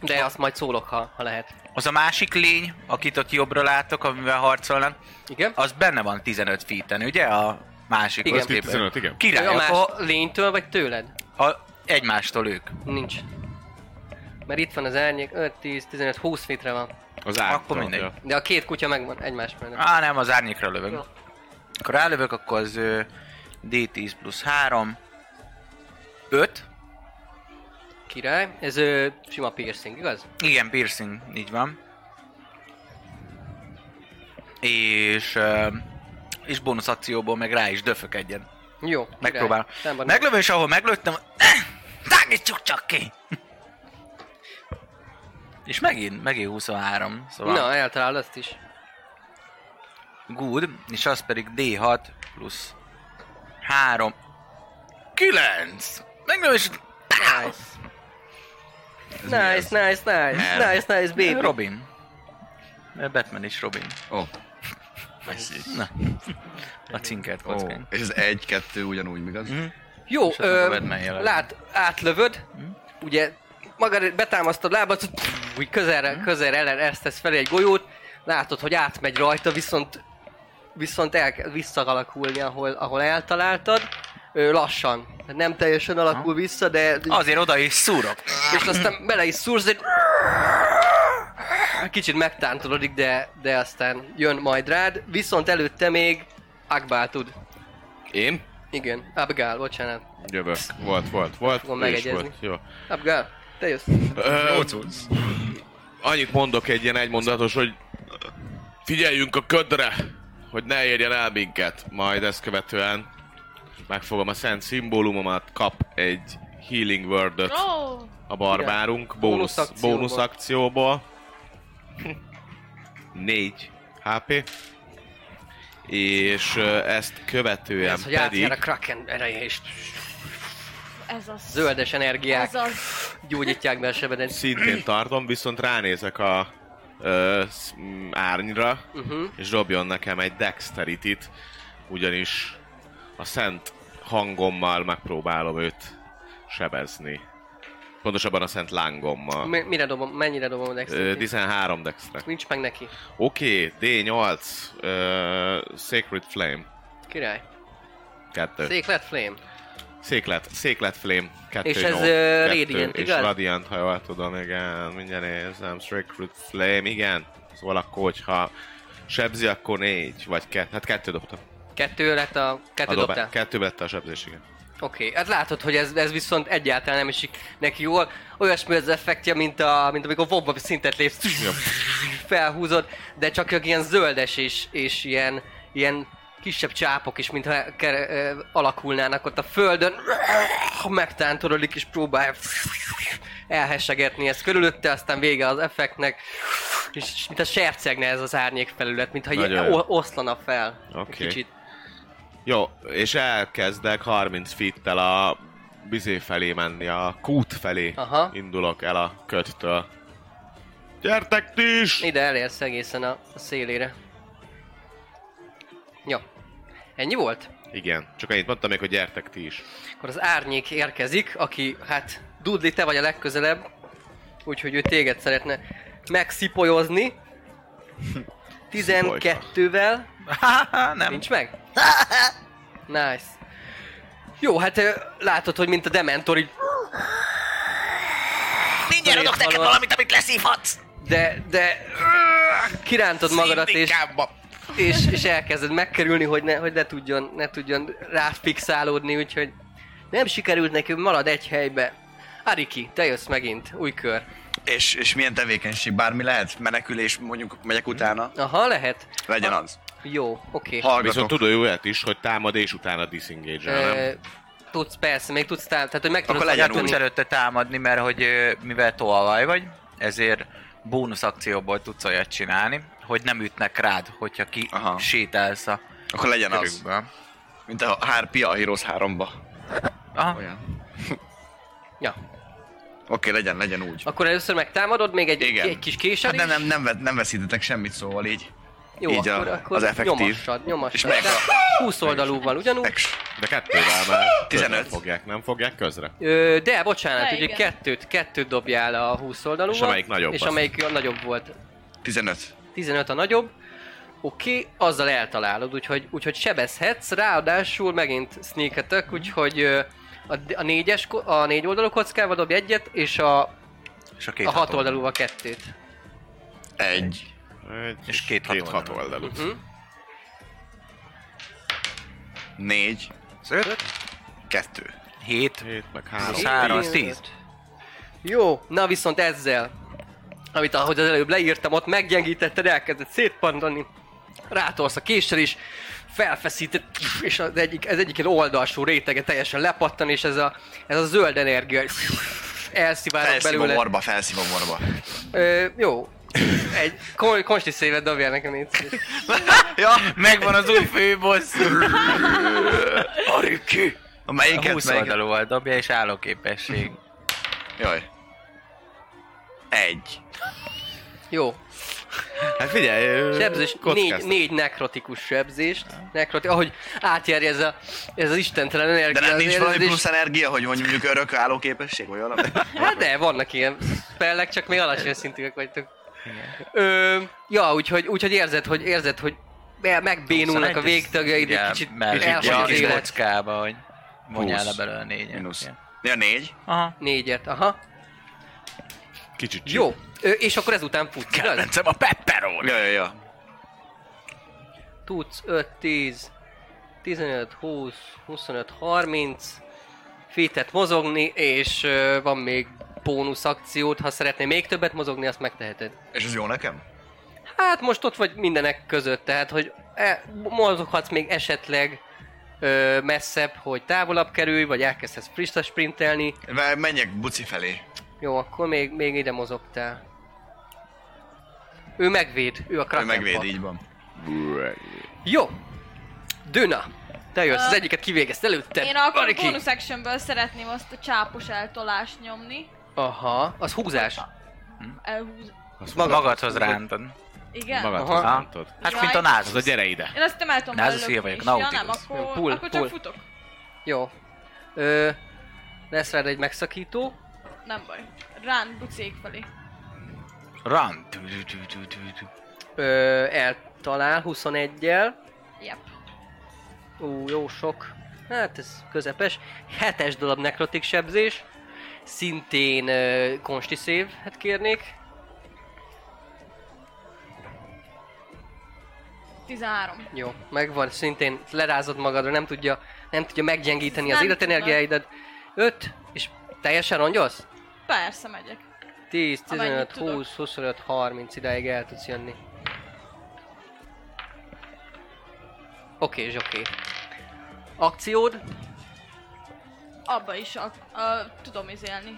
De azt majd szólok, ha, ha lehet. Az a másik lény, akit ott jobbra látok, amivel harcolnak, Igen? az benne van 15 feet ugye? A másik Igen. az képest. 15, igen. Király, Ő a más akkor lénytől vagy tőled? a, egymástól ők. Nincs. Mert itt van az árnyék, 5, 10, 15, 20 feetre van. Az át. Akkor mindegy. Ja. De a két kutya megvan egymás mellett. Á, nem, az árnyékra lövök. Jó. Akkor rálövök, akkor az ö, D10 plusz 3, 5. Király. Ez ö, sima piercing, igaz? Igen, piercing, így van. És, ö, és bónusz akcióból meg rá is döfök egyen. Jó, király. Megpróbál. Támad meg. Meglövöm, és ahol meglőttem, tágítsuk csak ki! És megint, megint 23, szóval Na, eltalálod azt is. good, és az pedig D6 plusz 3, 9! Meglövöm, és Nice. Nice, nice, nice, Nem. nice, nice, baby. Robin. Mert Batman is Robin. Ó. Oh. Na, a cinkert Oh. kockán. És ez Mhm. egy-kettő ugyanúgy, igaz? Jó, És ott meg Hm? a ö, Batman jelenet. lát, átlövöd, ugye magad betámasztod lábad, úgy Hm? közelre, közelre ellen eresztesz felé egy golyót, látod, hogy átmegy rajta, viszont viszont el, visszalakulni, ahol, ahol eltaláltad, Ö, lassan. Nem teljesen alakul vissza, de... Azért oda is szúrok. És aztán bele is szúrsz, egy... Kicsit megtántolodik, de, de aztán jön majd rád. Viszont előtte még Akbál tud. Én? Igen, Abgál, bocsánat. Jövök. Volt, volt, volt. Fogom ő is megegyezni. Volt. Jó. Abgál, te jössz. Ö, annyit mondok egy ilyen egymondatos, hogy figyeljünk a ködre, hogy ne érjen el minket. Majd ezt követően megfogom a szent szimbólumomat, kap egy healing wordöt Ó, a barbárunk Oh, Bónusz bónusz, akcióból. bónusz akcióból. 4 HP. És ö, ezt követően Ez, hogy pedig... átjár a Kraken ereje és ez az. zöldes energiák Ez az. gyógyítják be a sebedet. Szintén tartom, viszont ránézek a ö, sz- m, árnyra, Uh-huh. és dobjon nekem egy dexterity ugyanis a szent hangommal megpróbálom őt sebezni. Pontosabban a szent lángommal. Mi- Mire dobom, mennyire dobom a Ö, dexterity? 13 dextre. Nincs meg neki. Oké, D8, ö, Sacred Flame, Király. 2. Széklet Flame. Széklet, Széklet Flame, 2. És ez, ö, Radiant, és igaz? Radiant, ha jól tudom, igen, mindjárt nézem, Sacred Flame, igen. Szóval akkor, hogyha sebzi, akkor 4 vagy 2, hát 2 dobtam. Kettő lett a... Kettő A dobá- dobtál? Kettőbe lett a sebzés, igen. Oké, okay. hát látod, hogy ez, ez viszont egyáltalán nem esik neki jól. Olyasmi az effektje, mint, a, mint amikor wobba szintet lépsz, Jó. felhúzod, de csak ilyen zöldes és, és ilyen, ilyen kisebb csápok is, mintha kere, ö, alakulnának ott a földön. Megtántorodik és próbálja elhessegetni ezt körülötte, aztán vége az effektnek. És, és mint a sercegne ez az árnyék felület, mintha Nagyon ilyen, jó. o- oszlana fel. Oké. Kicsit. Jó, és elkezdek 30 feet-tel a bizé felé menni, a kút felé Aha. indulok el a köttől. Gyertek ti is! Ide elérsz egészen a a szélére. Jó. Ennyi volt? Igen, csak annyit mondtam még, hogy gyertek ti is. Akkor az árnyék érkezik, aki, hát, Dudley, te vagy a legközelebb, úgyhogy ő téged szeretne megszipolyozni. 12-vel. nem. Nincs meg? Nice. Jó, hát ö, látod, hogy mint a Dementor, így Mindjárt adok neked Valóan. valamit, amit leszívhatsz! de, de kirántod magadat, és, és, és elkezded megkerülni, hogy ne, hogy ne tudjon, ne tudjon ráfixálódni, úgyhogy nem sikerült nekünk, marad egy helybe. Ariki, te jössz megint, új kör. És, és milyen tevékenység? Bármi lehet? Menekülés, mondjuk megyek utána? Mhm. Aha, lehet? Legyen az. Jó, oké. Viszont Hallgatok. tudod olyat is, hogy támad és utána disengage nem? Ö, Tudsz, persze, még tudsz, tá- tehát hogy meg tudod Akkor legyen Tudsz előtte támadni, mert hogy ö, mivel tolvaj vagy, ezért bónusz akcióból tudsz olyat csinálni, hogy nem ütnek rád, hogyha ki Aha. sétálsz a Akkor legyen az. körükből. Mint a hárpia a Heroes 3-ba. Aha. Ja. Oké, legyen, legyen úgy. Akkor először megtámadod, még egy, Igen. egy kis késed Hát nem, is? nem, nem, ve- nem veszítetek semmit szóval így. Jó, így a- akkor, akkor az effektív. nyomassad, nyomassad. És meg- De 20 oldalúval ugyanúgy. Ex- De kettővel már közre 15. fogják, nem fogják közre? Ö, de, bocsánat, De, ugye igen. kettőt, kettőt dobjál a 20 oldalúval. És amelyik nagyobb, És azt. amelyik nagyobb volt. 15. 15 a nagyobb. Oké, okay, azzal eltalálod, úgyhogy, úgyhogy sebezhetsz, ráadásul megint sneak attack, úgyhogy ö, a, a, négyes, ko- a négy oldalú kockával dobj egyet, és a, És a két a hat hat oldalúval kettőt. Egy. Egy, És két két hat hat oldalú. Négy. Öt. Kettő. Hét. Hét meg Az három. Hét, három, tíz. az tíz. Jó, na viszont ezzel, amit ahogy az előbb leírtam, ott meggyengítetted, elkezdett szétpandani, rátolsz a késsel is, felfeszíted, és az egyik, ez egyik ilyen oldalsó rétege teljesen lepattan, és ez a, ez a zöld energia elszivárog Felszívom belőle. orba, felszívom orba. Ö, jó. Egy kon- konsti szévet dobjál nekem itt. ja, Megvan az új főbossz! Ariki! a A melyiket, 20 melyiket? oldalúval dobja és állóképesség. Jaj. Egy. Jó. Hát figyelj, ö, Sebzés, négy, kockáztat. négy nekrotikus sebzést, nekroti, ahogy átjárja ez, a, ez az istentelen energia. De nem az nincs valami érzés. plusz energia, hogy mondjuk mondjuk örök álló képesség, vagy valami? Hát de, vannak ilyen spellek, csak még alacsony szintűek vagytok. Ö, ja, úgyhogy, úgyhogy érzed, hogy, érzed, hogy be- megbénulnak a 21, végtagjaid, egy ugye, kicsit mellé elfogy kicsit az kis élet. kockába, hogy vonjál le Húsz. belőle négyen. Minusz. Ja. Ja, négy. Aha. Négyet, aha. Kicsit csíp. Jó, Ö, és akkor ezután futsz, igaz? Kedvencem a pepperoni. Ja, ja, ja. Tudsz 5, 10, 15, 20, 25, 30 fitet mozogni, és ö, van még bónusz akciót, ha szeretnél még többet mozogni, azt megteheted. És ez jó nekem? Hát most ott vagy mindenek között, tehát hogy e, mozoghatsz még esetleg ö, messzebb, hogy távolabb kerülj, vagy elkezdhetsz frista sprintelni. Mert menjek buci felé. Jó, akkor még, még ide mozogtál. Ő megvéd, ő a Ő Kraken megvéd, part. így van. Jó. Döna, te jössz, az Ö, egyiket kivégezted előtte. Én akkor Ariki. bonus actionből szeretném azt a csápos eltolást nyomni. Aha, az húzás. Elhúz... Azt Magad- magad, Magadhoz rántad. Igen? magad Aha. rántod. Hát Jaj. mint a Az náz. a gyere ide. Én azt nem el tudom De az a belőlökni szia vagyok, is. Ja, nem, Nautilus. akkor, Pull, akkor csak pull. futok. Jó. Ö, lesz rád egy megszakító. Nem baj. Rán bucék felé. Run. Ö, eltalál 21-jel. Yep. Ú, jó sok. Hát ez közepes. Hetes darab nekrotik sebzés. Szintén uh, konsti szévet kérnék. 13. Jó, megvan, szintén lerázod magadra, nem tudja, nem tudja meggyengíteni az Nem életenergiáidat. 5, és teljesen rongyolsz? Persze megyek. 10, Amennyit 15, tudok. 20, 25, 30 idáig el tudsz jönni. Oké, és oké. Akciód? Abba is a, a, tudom izélni.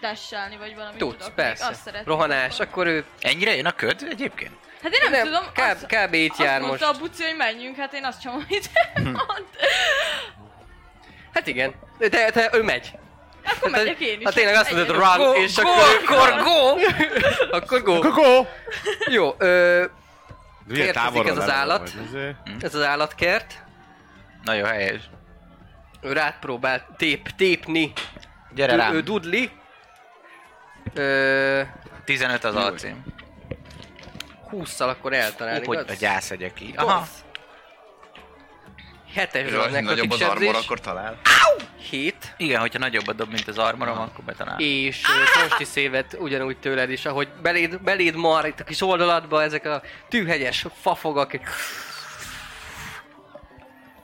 Dasselni, vagy valami Tudsz, tudok. Még Azt persze. szeretném. Rohanás, akkor ő... Ennyire jön a köd egyébként? Hát én nem, Nem, tudom. kb- kb. itt jár azt mondta most. a buci, hogy menjünk, hát én azt sem, amit mond. Hát igen, de, de ő megy. Akkor megyek én is. Hát tényleg azt mondod, run, Go, és go, akkor... go. Akkor go! akkor go! Kokó! Jó, ö, Milyen Érkezik távolról ez az lenne állat. vagy, izé? Hm? ez az állatkert. Nagyon helyes. Ő rád próbál tép, tépni. Gyere Ő, ő rám. dudli. Ö, 15 az alcím. 20-szal akkor eltalálni, Hogy igaz? a gyászegyek így. Aha. Aha. Hetes És ha darab nekrotik nagyobb az armor, sebzés. akkor talál. 7. Igen, hogyha nagyobb a dob, mint az armorom, akkor betalál. És Kosti szévet ugyanúgy tőled is, ahogy beléd, beléd mar itt a kis oldaladba ezek a tűhegyes fafogak.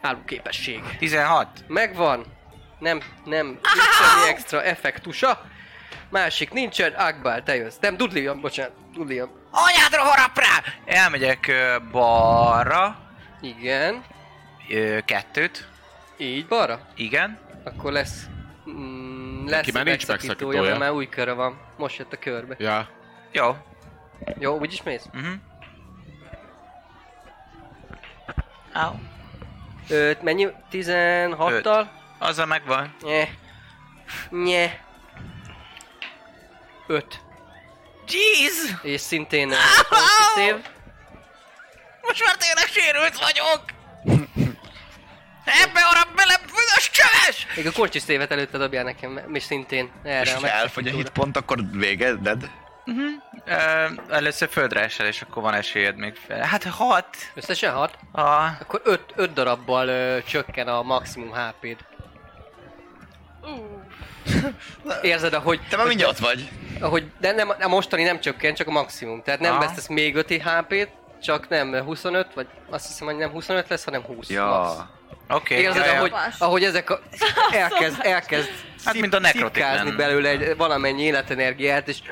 Álló képesség. 16. Megvan. Nem, nem, nincs semmi extra effektusa. Másik nincsen, Akbál, te jössz. Nem, Dudliam, bocsánat, Dudliam. Anyádra harap rá! Elmegyek ö, balra. Igen, Ö, Kettőt. így balra. Igen. Akkor lesz... Mm, lesz Neki már nincs megszakítója, megszakítója. mert már új köre van. Most jött a körbe. Ja. Jó. Jó, úgyis mész? Mhm. Au. Ö, mennyi? 16-tal? Azzal megvan. Nye. Nye. Öt. Jeez! És szintén eh, szév. Most már tényleg sérült vagyok! Ebbe arra bele, büdös csöves! Még a korcsi szévet előtte dobjál nekem, és szintén És erre a ha elfogy a megszakítóra. hitpont, akkor végeded? Ö, először földre esel, és akkor van esélyed még fel. Hát hat. Összesen hat? A... Akkor öt, öt darabbal ö, csökken a maximum HP-d. Ú, Érzed, ahogy, Te már mindjárt ott vagy. ahogy de nem, a mostani nem csökken, csak a maximum. Tehát nem Aha. vesztesz még 5 HP-t, csak nem 25, vagy azt hiszem, hogy nem 25 lesz, hanem 20 max. Ja. Oké. Érzed, jaj, ahogy, Fasz. ahogy ezek a... Elkezd, elkezd Hát, szip- mint a nekrotik szipkázni lenne. belőle egy, valamennyi életenergiát, és...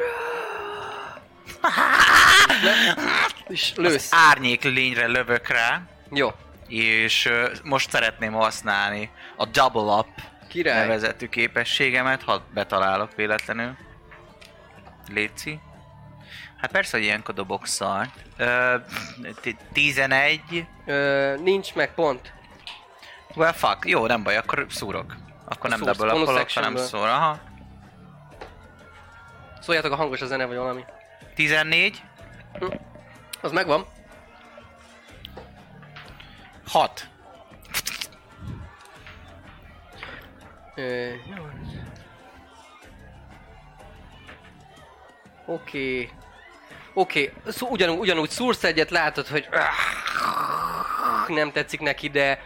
És lősz. Árnyék lényre lövök rá, Jó. és ö, most szeretném használni a double up Király. nevezetű képességemet, ha betalálok véletlenül. Léci. Hát persze, hogy ilyenkor dobok szar. Ö, t- 11. Ö, nincs meg pont. Well, fuck. Jó, nem baj, akkor szúrok. Akkor nem Szúrsz, double bonus up hanem actionből. szúr. Aha. Szóljátok a hangos a zene, vagy valami. 14. Az megvan. Hat. Ö, nyolc. Oké. Oké, szó- ugyanú, ugyanúgy szúrsz egyet, látod, hogy nem tetszik neki, de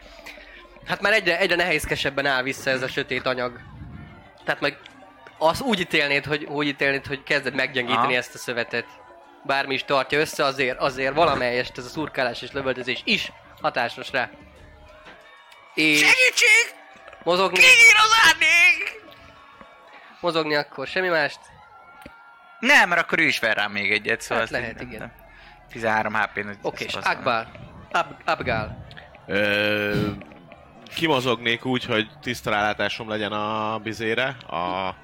hát már egyre, egyre nehézkesebben áll vissza ez a sötét anyag. Tehát meg az úgy ítélnéd, hogy, úgy ítélnéd, hogy kezded meggyengíteni Aha. ezt a szövetet. Bármi is tartja össze, azért, azért valamelyest ez a szurkálás és lövöldözés is hatásos rá. És... Segítség! Mozogni... Mozogni akkor semmi mást. Nem, mert akkor ő is ver rám még egyet, szóval... Hát azt lehet, így- igen. 13 HP-n... Oké, és Akbál. Ab- Abgál. Ö, kimozognék úgy, hogy tiszta rálátásom legyen a bizére, a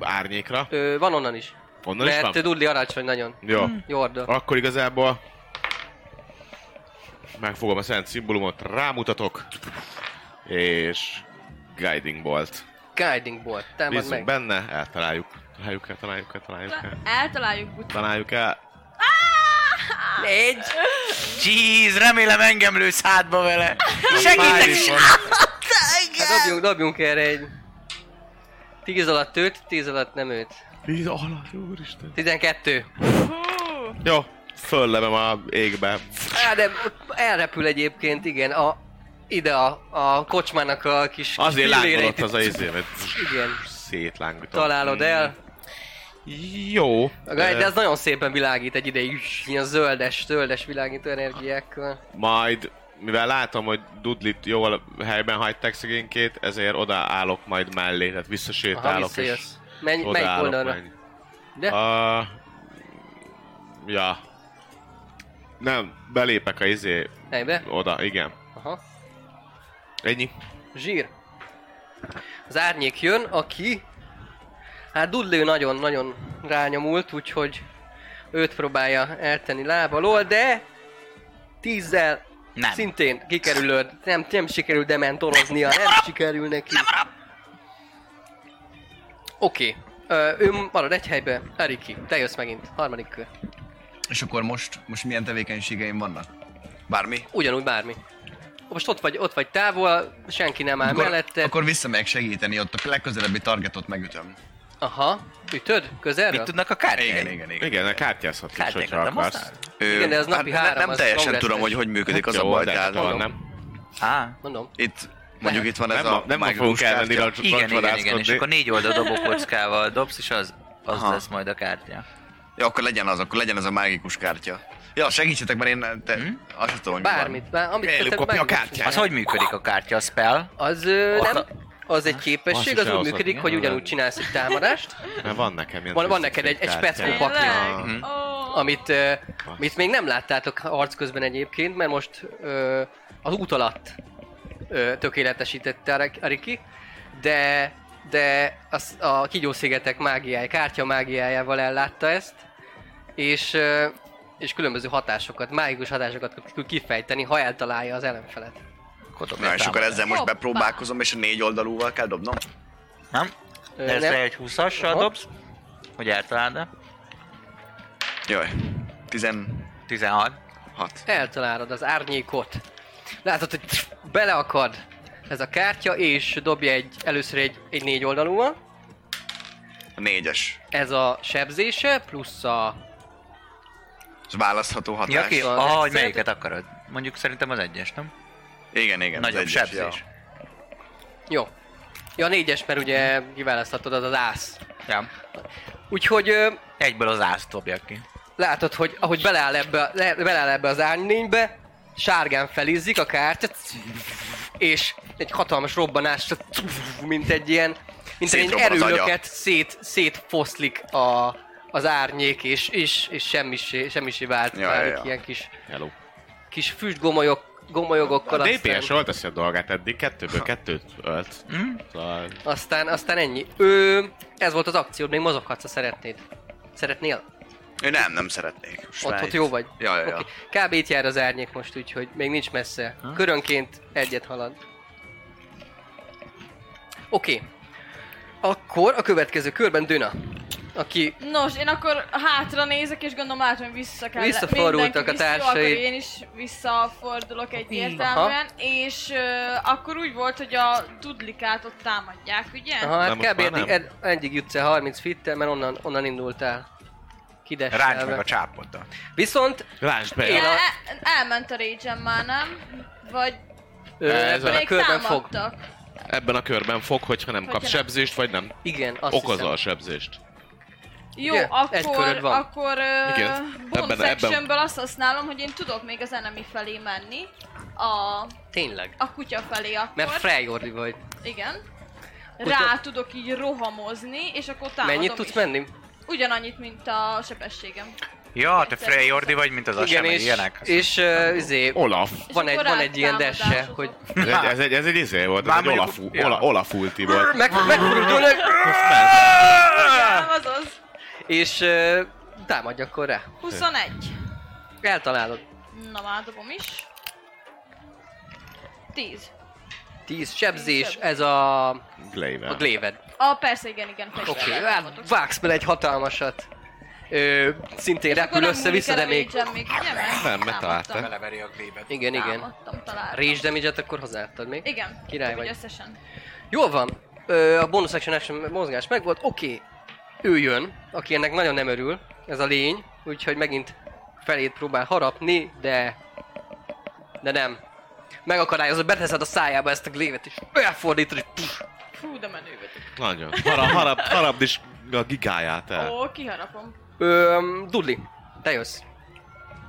árnyékra. Ö, van onnan is. Onnan is mert van? Dudli alacsony nagyon. Jó. Jorda. Akkor igazából megfogom a szent szimbólumot, rámutatok, és Guiding Bolt. Guiding Bolt. Támad Bízunk meg. benne, eltaláljuk. Találjuk el, találjuk el, találjuk el. Eltaláljuk but. Találjuk el. Egy. Jeez, remélem engem lősz hátba vele. Segítek! is Hát dobjunk, dobjunk erre egy... 10 alatt őt, 10 alatt nem őt. Víz alatt, úristen. 12. Jó, föllevem a égbe. Á, de elrepül egyébként, igen, a... Ide a, a kocsmának a kis... kis Azért pilléreit. lángolott az a izé, mert Igen. szétlángolt. Találod el. Jó. A guide, Ö, de ez nagyon szépen világít egy ideig, ilyen zöldes, zöldes világító energiákkal. Majd, mivel látom, hogy Dudlit jóval helyben hagyták szegénykét, ezért odaállok majd mellé, tehát Aha, visszasétálok és visszajössz. Menj, melyik odaállok oldalra? majd. De? A... Ja. Nem, belépek a izé Helybe? oda, igen. Aha. Ennyi. Zsír. Az árnyék jön, aki... Hát Dudley nagyon-nagyon rányomult, úgyhogy őt próbálja eltenni lábalól, de... Tízzel Nem. szintén kikerülöd. Nem, nem sikerül dementoroznia, nem, sikerül neki. Oké, Ö, ő marad egy helybe, Eriki, te jössz megint, harmadik kör. És akkor most, most milyen tevékenységeim vannak? Bármi? Ugyanúgy bármi. Most ott vagy, ott vagy távol, senki nem áll Akkor, mellette. akkor visszamegyek segíteni, ott a legközelebbi targetot megütöm. Aha, ütöd? Közelről? Mit tudnak a Hát kártyáim? Igen, igen, igen. Igen, de kártyázhat is, hogyha Kártyákat nem akarsz. használ? Ö, Igen, de ez napi hát ne- három, Nem az teljesen kongresszes. tudom, hogy hogy működik az a Jó, de hát bajtáv. van, nem? Á, Mondom. Itt, mondjuk itt van ez Nem, a ma- nem ma mágikus fogunk elmenni kártya. racs- igen, igen, igen, és racsodáskodni. akkor négy oldal dobókockával dobsz, és az, az Aha. lesz majd a kártya. Ja, akkor legyen az, akkor legyen ez a mágikus kártya. Ja, segítsetek, mert én te, azt sem tudom, hogy mi van. Bármit, bár, amit Előbb tettek, kapja a megmondsz. kártyát. Az hogy működik a kártya, a spell? Az ö, nem, Azt az egy Azt képesség, az úgy is elhozhatni, működik, nem? hogy ugyanúgy Nem. csinálsz egy támadást, Mert Hát van nekem ilyen Van- van twisted neked egy- egy kártyám. speckó Ja. Tényleg? Mhm. Ó. amit, ö, amit még nem láttátok arc közben egyébként, mert most ö, az út alatt ö, tökéletesítette a Rik- a Riki, de, de az, a kigyószigetek mágiája, kártya mágiájával ellátta ezt, és, ö, és különböző hatásokat, mágikus hatásokat tud kifejteni, ha eltalálja az ellenfelet. Na, és akkor ezzel most Hoppá. bepróbálkozom, és a négy oldalúval kell dobnom? Nem? Ö, De ez nem. le egy 20-assal Aha. dobsz, hogy eltaláld -e? Jaj, 16. 16. Eltalálod az árnyékot. Látod, hogy tf, beleakad ez a kártya, és dobja egy, először egy, egy négy oldalúval. A négyes. Ez a sebzése, plusz a... Ez választható hatás. Ja, ki? Van. Ahogy Szerinted- melyiket akarod. Mondjuk szerintem az egyes, nem? Igen, igen. az Nagyobb egyes, sebzés. ja. Jó. Ja, a négyes, mert ugye kiválaszthatod, az az ász. Ja. Úgyhogy ö, Egyből az ász dobja ki. látod, hogy ahogy beleáll ebbe, le, beleáll ebbe az árnénybe, sárgán felizzik a kártya, és egy hatalmas robbanás, mint egy ilyen, mint egy ilyen Szétrobban az erőlöket szét, szétfoszlik a, az árnyék, és, és, és semmisé, semmisé vált Ja, ja, ja, ja. ilyen kis, Hello. kis füstgomolyok, gomolyogokkal, A DPS aztán, jól teszi a dolgát eddig, kettőből kettőt ölt. Mhm. Szóval aztán, aztán ennyi. Ő, ez volt az akció, még mozoghatsz, ha szeretnéd. Szeretnél? Én nem, nem szeretnék. Ott, Svájc. ott jó vagy? Ja, ja, ja. Oké. Kb. itt jár az árnyék most, úgyhogy még nincs messze. Körönként egyet halad. Oké. Akkor a következő körben Döna. aki Nos, én akkor hátra nézek, és gondolom látom, hogy vissza kell. Visszafordultak mindenki a vissza, társai. Akkor én is visszafordulok egyértelműen, és ö, akkor úgy volt, hogy a dudlikát ott támadják, ugye? Aha, hát Nem, most kb. már eddig, nem. ed, eddig jutsz el 30 fittel, mert onnan, onnan indultál. Ráncs meg Kidesselve. a csápoddal. Viszont Lásd be! Én El, a- el- elment a rage már, nem? Vagy ő Ez ebben a még körben fog. támadtak? Ebben a körben fog, hogyha nem Hogyha kap nem. sebzést, vagy nem Igen, azt okozol hiszem. sebzést. Jó, Ugye? Egy akkor, köröd van. akkor Igen. uh, Ebben- bonus ebben- actionből azt használom, hogy én tudok még az enemy felé menni, a, Tényleg. a kutya felé akkor. Mert Freyori vagy. Igen. Kutya- Rá tudok így rohamozni, és akkor támadom Mennyit tudsz is. menni? Ugyanannyit, mint a sebességem. Ja, te Freyjordi vagy, mint az a sem, és, ilyenek. és uh, izé, Olaf. van És egy, akkor van egy ilyen áttámadásozok. desse, hogy Ez egy, ez egy, ez egy izé volt, ez Már egy mondjuk- Olafú, ja. Ola, Olafulti volt. meg, megfordulnak, Nem, az az. és uh, támadj akkor rá. 21. Eltalálod. Na már dobom is. 10. 10 sebzés, ez a, a Glaive. gléved. A persze, igen, igen, fegyverrel Oké, támadok. hát vágsz bele egy hatalmasat. Ö, szintén És akkor repül nem össze, múlik vissza, el de a még... rage-em még, ugye? Mert Nem, mert támadtam. találtál. Beleveri a glébet. Igen, igen. Támadtam, találtam. Rage damage akkor hozzáadtad még. Igen, Király vagy. vagy. összesen. Jól van. Ö, a bonus action action mozgás megvolt. Oké. Ő jön, aki ennek nagyon nem örül. Ez a lény. Úgyhogy megint felét próbál harapni, de... De nem. Megakadályozod, beteszed a szájába ezt a glévet, és elfordítod, és puf, Fú, de menő vagyok. Nagyon. Harap, harap, harapd is a gigáját el. Ó, kiharapom. Ö, Dudli, te jössz.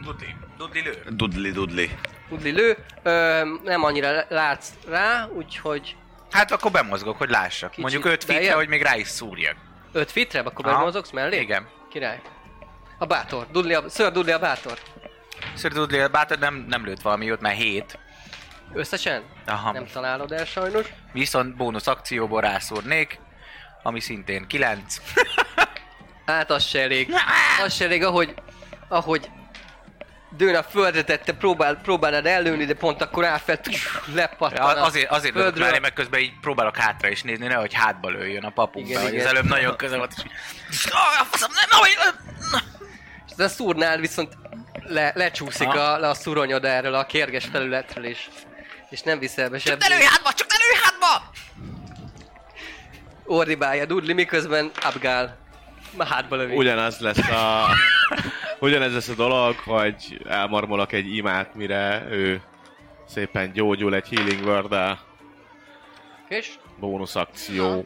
Dudli. Dudli lő. Dudli, dudli. Dudli lő. Ö, nem annyira látsz rá, úgyhogy Hát akkor bemozgok, hogy lássak. Kicsit Mondjuk öt fitte, beljebb. hogy még rá is szúrjak. 5 fitre, akkor Aha. bemozogsz mellé? Igen. Király. A bátor. Dudli a... Sir Dudli a bátor. Sir Dudley, bátor nem, nem lőtt valami jót, mert hét. Összesen? Aha. Nem találod el sajnos. Viszont bónusz akcióból rászúrnék, ami szintén kilenc. Hát az se elég. Az se elég, ahogy, ahogy dőn a földre tette, próbál, próbálnád ellőni, de pont akkor áfelt, lepattan A- a Azért, azért lövök földről. már, mert közben így próbálok hátra is nézni, nehogy hátba lőjön a Igen, papunkba. hogy igen. Az előbb nagyon közel volt, és így... Ah, a faszom, nem, ahogy... De szúrnál viszont le, lecsúszik Aha. a, le a szuronyod erről a kérges felületről, és, és nem viszel be Csak ne lőj sebzést. hátba, csak ne lőj hátba! Ordibálja Dudli, miközben Abgál már hátba lövi. Ugyanaz lesz a... Ugyanez lesz a dolog, hogy elmarmolok egy imát, mire ő szépen gyógyul egy healing word És Bónusz akció.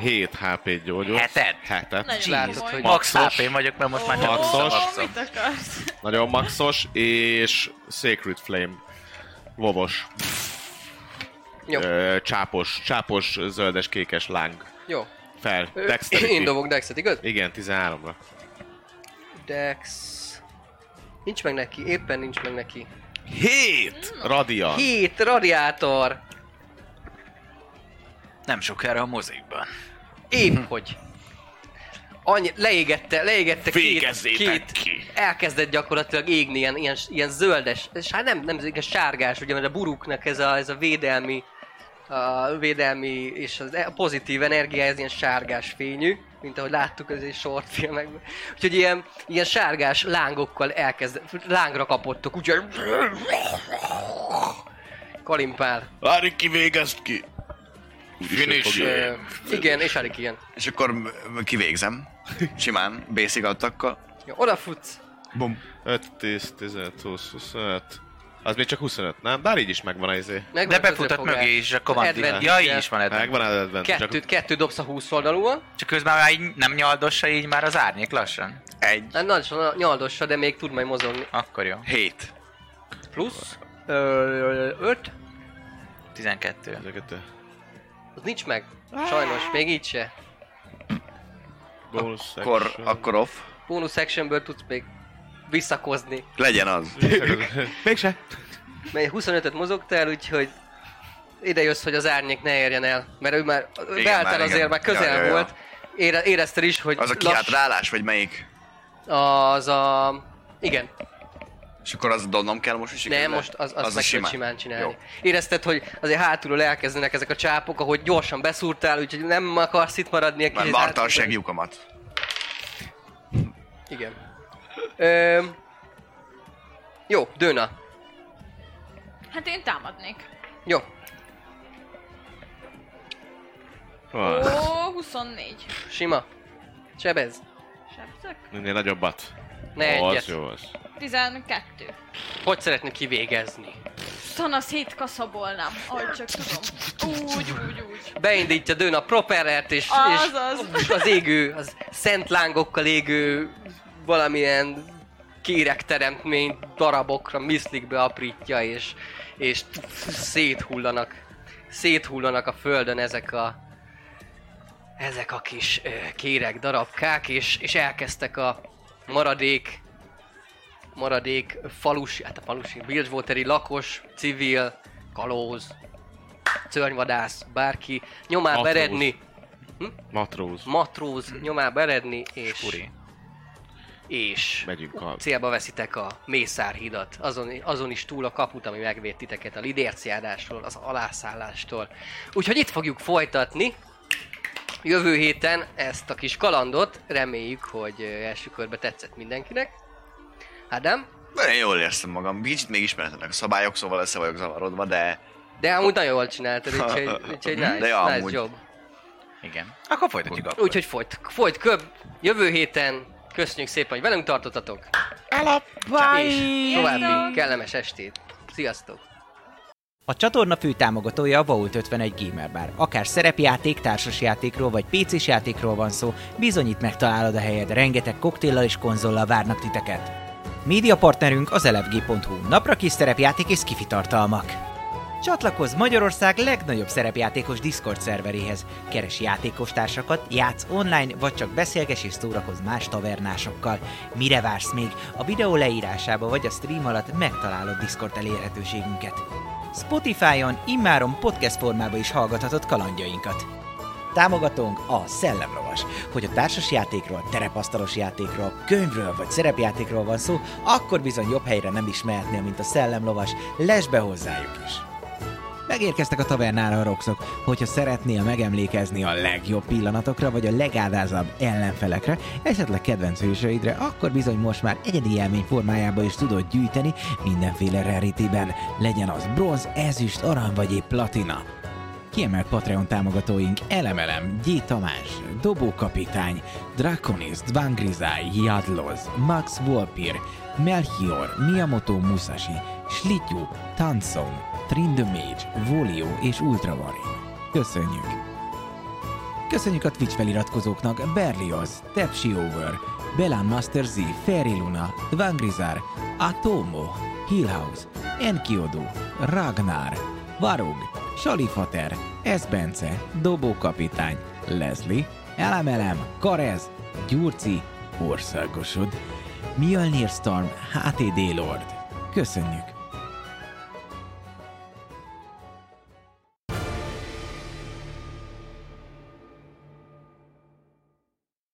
7 HP gyógyul. Heted? Hetet. Nagyon látod, komoly. hogy Max Maxos. hp vagyok, mert most már Ó, csak Maxos. visszavakszom. Mit akarsz? Nagyon maxos, és Sacred Flame. Lovos, jó, ö, csápos, csápos, zöldes, kékes láng. jó. Fel, Ö, Én dexterity. dobok Dexet, igaz? Igen, 13-ra. Dex... Nincs meg neki, éppen nincs meg neki. 7! Radian. Hét, radiátor! Nem sokára a mozikban. Épp hogy. Annyi, leégette, leégette két, két ki! elkezdett gyakorlatilag égni ilyen, ilyen, ilyen zöldes, és hát nem, nem ez igaz, sárgás, ugye, mert a buruknak ez a, ez a védelmi, a védelmi és az e- a pozitív energia, ez ilyen sárgás fényű, mint ahogy láttuk az egy short filmekben. Úgyhogy ilyen, ilyen sárgás lángokkal elkezd, lángra kapottok, úgyhogy kalimpál. Várj ki, végezd ki! Finish. Ö, igen, és elég ilyen. És akkor m- m- kivégzem. Simán, basic attakkal. Jó, odafutsz, Bum. 5, 10, 15, 20, 25. Az még csak 25, nem? Bár így is megvan az izé. Megvan De a befutott közrefogás. mögé is a command. Advantage-e. Ja, így is van eddig. Megvan az advantage. Kettő, kettő dobsz a 20 oldalúan. Csak közben már így nem nyaldossa így már az árnyék lassan. Egy. Hát nagy nyaldossa, de még tud majd mozogni. Akkor jó. Hét. Plusz 5. 12. Csak... Kettő. Az nincs meg. Sajnos, még így se. Bonus Akkor, action. akkor off. Bónusz actionből tudsz még visszakozni. Legyen az. Mégse. Mert 25-öt mozogtál, úgyhogy ide jössz, hogy az árnyék ne érjen el. Mert ő már igen, beálltál már már, azért, igen. már közel Ja, ja, ja. volt. Ére, érezted is, hogy Az a kiáltrálás, vagy melyik? az a... Igen, És akkor az dobnom kell most is? Nem, igaz? most az, az, az a meg simán. simán csinálni. Jó. Jó. Érezted, hogy azért hátulról elkezdenek ezek a csápok, ahogy gyorsan beszúrtál, úgyhogy nem akarsz itt maradni. egy Már kicsit Hát- varta a hátul- segjukamat. Igen. Öm, jó, Dőna. Hát én támadnék. Jó. Ó, Ah, 24. Sima. Sebez. Sebzek? Minél nagyobbat. Ne Ó, az egyet. jó, az. 12. Hogy szeretnéd kivégezni? Szanasz hét kaszabolnám, ahogy csak tudom. Úgy, úgy, úgy. Beindítja Dőn a propellert, és, és Azaz. az égő, az szent lángokkal égő valamilyen kérek teremtmény darabokra miszlikbe aprítja, és, és széthullanak, széthullanak a földön ezek a ezek a kis ö, kérek darabkák, és, és elkezdtek a maradék maradék falusi, hát a falusi, Bridgewateri lakos, civil, kalóz, szörnyvadász, bárki nyomába Matróz. eredni, Matróz. matróz nyomába eredni, és... És Megyünk a... célba veszitek a Mészárhidat, azon, azon is túl a kaput, ami megvéd titeket a lidérciárásról, az alászállástól. Úgyhogy itt fogjuk folytatni, jövő héten ezt a kis kalandot, reméljük, hogy ö, első körbe tetszett mindenkinek. Ádám? Nagyon jól érzem magam, kicsit még ismeretlenek a szabályok, szóval össze vagyok zavarodva, de De amúgy nagyon jól csináltad, úgyhogy, úgyhogy nice, De nice amúgy. job. Igen. Akkor folytatjuk akkor. Úgyhogy folyt, folyt köbb, jövő héten köszönjük szépen, hogy velünk tartottatok. És további kellemes estét. Sziasztok! A csatorna fő támogatója a Vault 51 Gamer Bar. Akár szerepjáték, társasjátékról vagy pc játékról van szó, bizonyít megtalálod a helyed, rengeteg koktéllal és konzollal várnak titeket. Média partnerünk az elefg.hu, napra kis szerepjáték és kifi tartalmak. Csatlakozz Magyarország legnagyobb szerepjátékos Discord szerveréhez. Keres játékostársakat, játsz online, vagy csak beszélges és szórakozz más tavernásokkal. Mire vársz még? A videó leírásába vagy a stream alatt megtalálod Discord elérhetőségünket. Spotify-on immáron podcast formában is hallgathatod kalandjainkat. Támogatónk a Szellemlovas. Hogy a társas játékról, terepasztalos játékról, könyvről vagy szerepjátékról van szó, akkor bizony jobb helyre nem is mehetnél, mint a Szellemlovas. Lesz be hozzájuk is! Megérkeztek a tavernára a roxok. Hogyha szeretnél megemlékezni a legjobb pillanatokra, vagy a legádázabb ellenfelekre, esetleg kedvenc hősöidre, akkor bizony most már egyedi élmény formájába is tudod gyűjteni mindenféle rarityben. Legyen az bronz, ezüst, arany vagy épp platina. Kiemelt Patreon támogatóink Elemelem, G. Tamás, Dobókapitány, Draconis, Dvangrizai, Jadloz, Max Volpir, Melchior, Miyamoto Musashi, Slityu, Tansom, Trindomage, Volio és Ultravarin. Köszönjük! Köszönjük a Twitch feliratkozóknak Berlioz, Tepsi Over, Belán Master Z, Fairy Luna, Dvangrizar, Atomo, Hillhouse, Enkiodu, Ragnar, Varug, Salifater, Esbence, Dobókapitány, Leslie, Elemelem, Karez, Gyurci, Országosod, Mjölnir Storm, HTD Lord. Köszönjük!